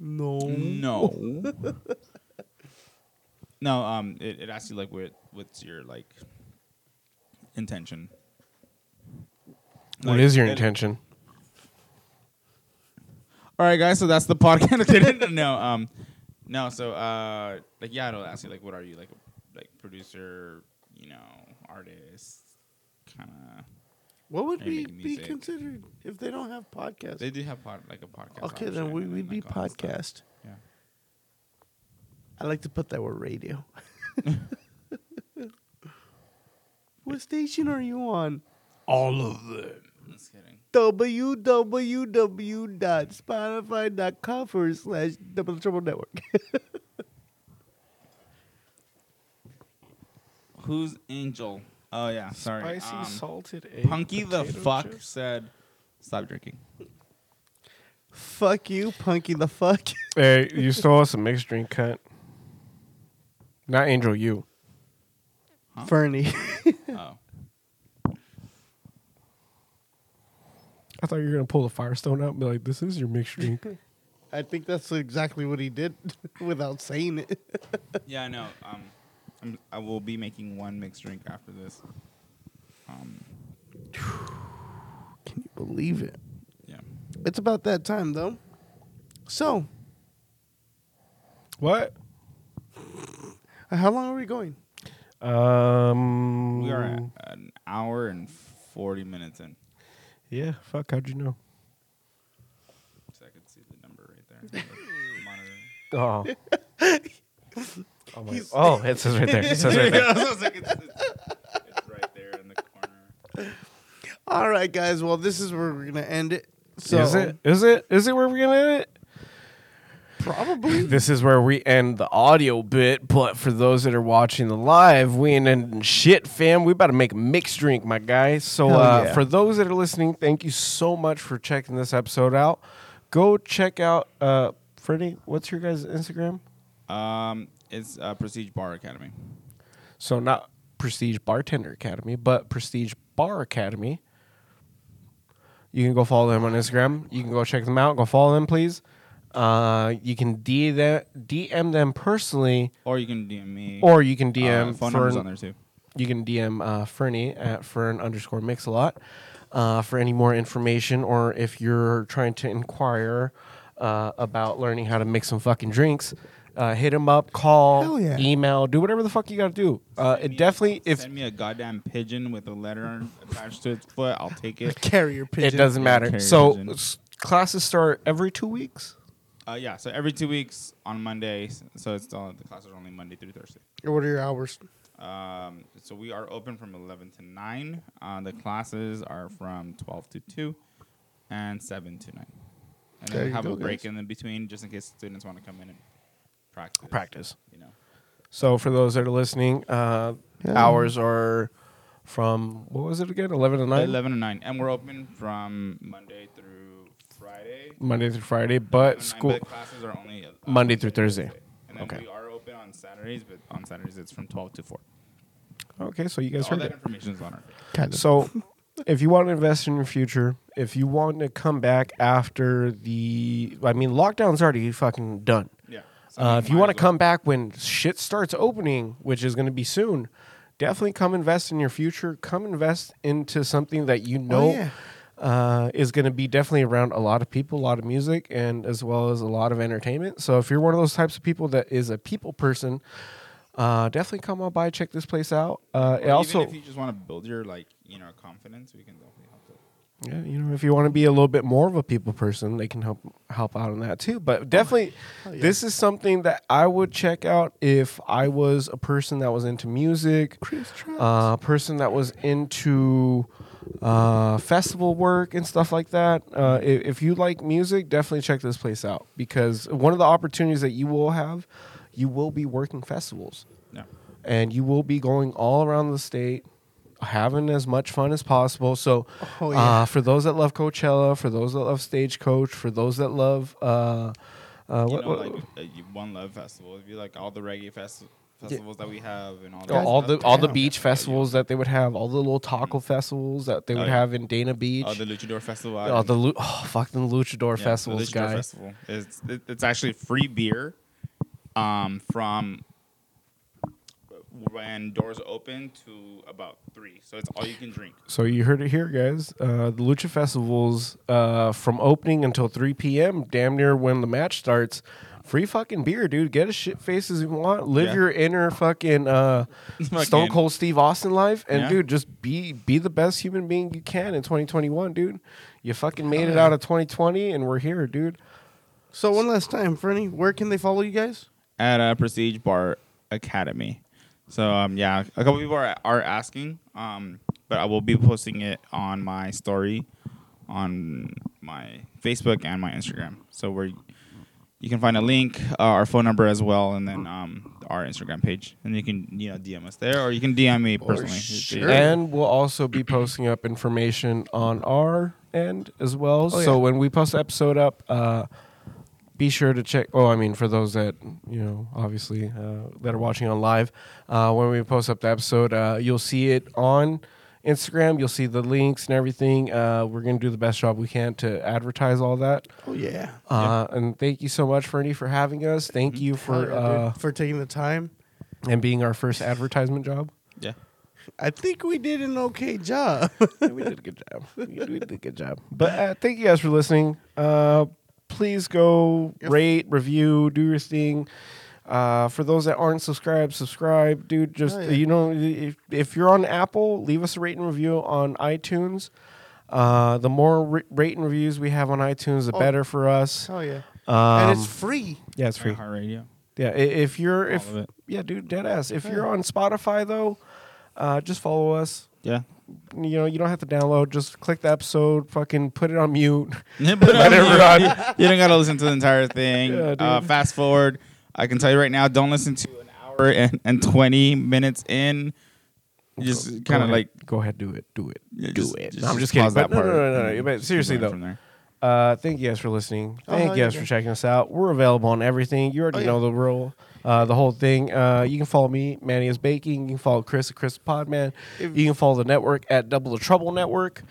No. No. no. Um. It, it asks you like what what's your like intention. Oh, what is your it- intention? All right, guys. So that's the podcast. no, um, no. So, uh, like, yeah, it'll ask you like, what are you like, like producer, you know, artist, kind of. What would Are you we making be music? considered if they don't have podcasts? They do have pod, like a podcast. okay, option then we, and we'd be like, all that stuff. podcast. Yeah. I like to put that word radio. what station are you on? All of them. Just kidding. www.spotify.com forward slash double trouble network. Who's Angel? Oh yeah, sorry. Um, salted egg. Punky the fuck said, "Stop drinking." fuck you, punky the fuck. Hey, you stole us a mixed drink cut. Not Angel, you. Huh? Fernie. oh. I thought you were gonna pull the Firestone out and be like, "This is your mixed drink." I think that's exactly what he did without saying it. Yeah, I know. Um, I'm, I will be making one mixed drink after this. Um, Can you believe it? yeah. It's about that time, though. So, what? uh, how long are we going? Um, We are at an hour and 40 minutes in. Yeah. Fuck. How'd you know? So I could see the number right there. The monitor. Oh. oh, my. oh, it says right there. It says right there. Yeah, I was like, it's, it's- it's right there in the corner. All right, guys. Well, this is where we're gonna end it. So Is it? Is it? Is it where we're gonna end it? Probably. This is where we end the audio bit, but for those that are watching the live, we ain't ending shit, fam. We about to make a mixed drink, my guy. So Hell uh, yeah. for those that are listening, thank you so much for checking this episode out. Go check out uh Freddie, what's your guys' Instagram? Um, it's uh, Prestige Bar Academy. So not Prestige Bartender Academy, but Prestige Bar Academy. You can go follow them on Instagram. You can go check them out. Go follow them, please. Uh, you can D that, DM them personally, Or you can DM me. or you can uh, DM phone number's on Fern, there too. you can DM uh, Fernie at Fern underscore mix a lot uh, for any more information, or if you're trying to inquire uh, about learning how to make some fucking drinks. Uh, hit him up, call, Hell yeah. email, do whatever the fuck you gotta do. Uh, it definitely, if Send me a goddamn pigeon with a letter attached to its foot. I'll take it. Carrier pigeon. It doesn't matter. carrier So pigeon. s- classes start every two weeks. Uh, yeah, so every two weeks on Mondays. So it's all, the classes are only Monday through Thursday. What are your hours? Um, so we are open from 11 to 9. Uh, the classes are from 12 to 2 and 7 to 9. And There then we you have go, a break guys. in the between just in case students want to come in and practice. Practice. You know. So for those that are listening, uh, hours are from what was it again? Eleven to nine. 11 to 9. And we're open from Monday through Friday. Friday. Monday through Friday, but Online, school. but classes are only uh, Monday through Thursday. And then Okay. we are open on Saturdays, but on Saturdays it's from 12 to 4. Okay, so you guys All heard that it. information is on our page. Kind of. So, if you want to invest in your future, if you want to come back after the, I mean, lockdown's already fucking done. Yeah. So Uh, if you might want to as well- come back when shit starts opening, which is going to be soon, definitely come invest in your future. Come invest into something that you know Oh, yeah. uh, is going to be definitely around a lot of people, a lot of music, and as well as a lot of entertainment. So if you're one of those types of people that is a people person, uh, definitely come on by, check this place out. Uh, it Or also, even if you just want to build your like you know confidence, we can definitely help. It. yeah, you know, if you want to be a little bit more of a people person, they can help help out on that too. But definitely, this is something that I would check out if I was a person that was into music, a uh, person that was into uh, festival work and stuff like that. Uh, if, if you like music, definitely check this place out because one of the opportunities that you will have, you will be working festivals No. and you will be going all around the state having as much fun as possible so Oh, yeah. uh, for those that love coachella for those that love stagecoach for those that love uh, uh, You what, know, what- like uh, you- one love festival. It'd be like all the reggae fest- festivals that we have and all. Oh, all, that the stuff. all the Yeah. beach Yeah, yeah. festivals that they would have all the little taco festivals that they Oh, would yeah. have in dana beach Oh, the luchador festival. oh, the lu- oh, fuck the luchador Yeah, the festivals luchador guy Festival. It's it, it's actually free beer, um, from when doors open to about three. So it's all you can drink. So you heard it here, guys. Uh, the Lucha Festivals uh, from opening until 3 p.m., damn near when the match starts. Free fucking beer, dude. Get as shit face as you want. Live Yeah. your inner fucking, uh, Stone Fucking- Cold Steve Austin life, and Yeah. dude, just be be the best human being you can in 2021, dude. You fucking made it out of 2020, and we're here, dude. So one last time, Fernie, where can they follow you guys? at a Prestige Bar Academy. So um, yeah, a couple people are, are asking, um, but I will be posting it on my story, on my Facebook and my Instagram. So where you can find a link, uh, our phone number as well, and then um, our Instagram page, and you can you know DM us there, or you can DM me personally. sure. And we'll also be posting up information on our end as well. Oh, So yeah. when we post the episode up, uh, be sure to check. Oh, I mean, for those that you know, obviously uh, that are watching on live, uh, when we post up the episode, uh, you'll see it on Instagram. You'll see the links and everything. Uh, we're gonna do the best job we can to advertise all that. Oh yeah. Uh, And thank you so much, Fernie, for having us. Thank you Hell for Oh, yeah, uh, dude, for taking the time. and being our first advertisement job. Yeah. I think we did an okay job. Yeah, we did a good job. We did, we did a good job. But uh, thank you guys for listening. Uh, please go rate, review, do your thing. Uh, for those that aren't subscribed, subscribe, dude. Just yeah. you know, if, if you're on Apple, leave us a rate and review on iTunes. Uh, the more ra- rate and reviews we have on iTunes, the Oh. better for us. oh yeah. Um, and it's free. yeah, it's free. Heart Radio. Yeah, i- if you're if of it. yeah, dude, dead ass. If you're on Spotify though, uh, just follow us Yeah. you know, you don't have to download. Just click the episode, fucking put it on mute. Whatever. on. um, You don't gotta listen to the entire thing. Yeah, dude. uh, fast forward. I can tell you right now, don't listen to an hour and, and twenty minutes in. Just kind of like go ahead, do it, do it, Yeah, do just- it. just- no, I'm just just kidding. pause But that no, no, part no, no, no, and But seriously keep going though, from there. Oh, uh, thank you guys for listening. Thank hell you guys yeah. for checking us out. We're available on everything. You already Oh, yeah. know the rule. Uh, the whole thing. Uh, you can follow me, Manny is Baking. You can follow Chris at Chris Podman. you can follow the network at Double the Trouble Network.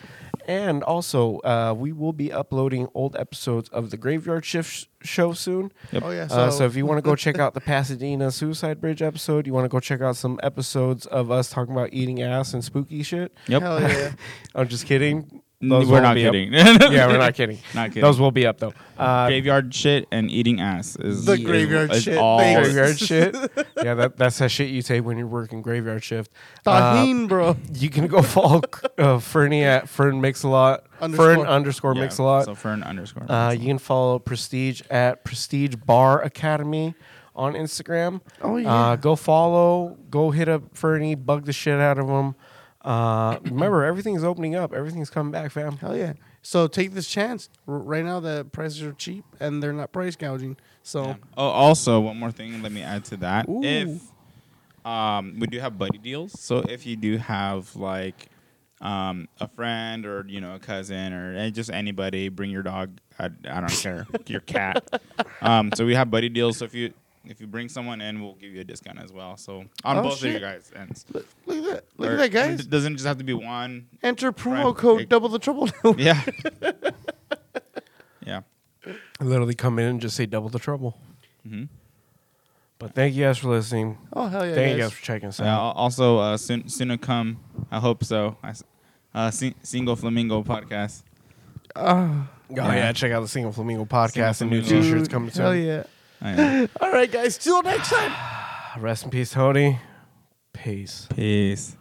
And also, uh, we will be uploading old episodes of the Graveyard Shift sh- show soon. Oh yeah. So, So, uh, so if you want to go check out the Pasadena Suicide Bridge episode, you want to go check out some episodes of us talking about eating ass and spooky shit. Yep. hell yeah. I'm just kidding. N- Those We're won't not be up- kidding. yeah, we're not kidding. Not kidding. Those will be up though. Uh, graveyard shit and eating ass is The is- graveyard is shit. All Thanks. graveyard shit. Yeah, that, that's that shit you take when you're working graveyard shift. Uh, Tahine, bro. you can go follow uh, Fernie at Fern Mix a Lot. Fern Underscore. underscore Yeah, Mix a Lot. So for an underscore. Uh, you can follow Prestige at Prestige Bar Academy on Instagram. Oh, Uh, yeah. go follow. Go hit up Fernie. Bug the shit out of him. Uh, remember, everything's opening up. Everything's coming back, fam. Hell yeah. So take this chance. R- right now the prices are cheap and they're not price gouging. So Yeah. Oh, also one more thing. Let me add to that. If um, we do have buddy deals, so if you do have like um, a friend or you know a cousin or eh, just anybody. Bring your dog. I, I don't care. your cat. Um, so we have buddy deals. So if you if you bring someone in, we'll give you a discount as well. So on Oh, both of shit. you guys ends. Look, look at that. Look Or at that, It guys. doesn't just have to be one. Enter promo Right. code Ex- double the trouble. Yeah. yeah. Literally come in and just say double the trouble. Mhm. But thank you guys for listening. oh, hell yeah. thank you guys. guys for checking us So out. also uh, soon soon to come. I hope so. I s uh, sing, single flamingo podcast. Oh yeah. Yeah. check out the Single Flamingo podcast Single and new T-shirts Flamingo. Dude, coming Mm, hell soon. yeah. I am. All right, guys. Till next time. Rest in peace, Tony. Peace. Peace.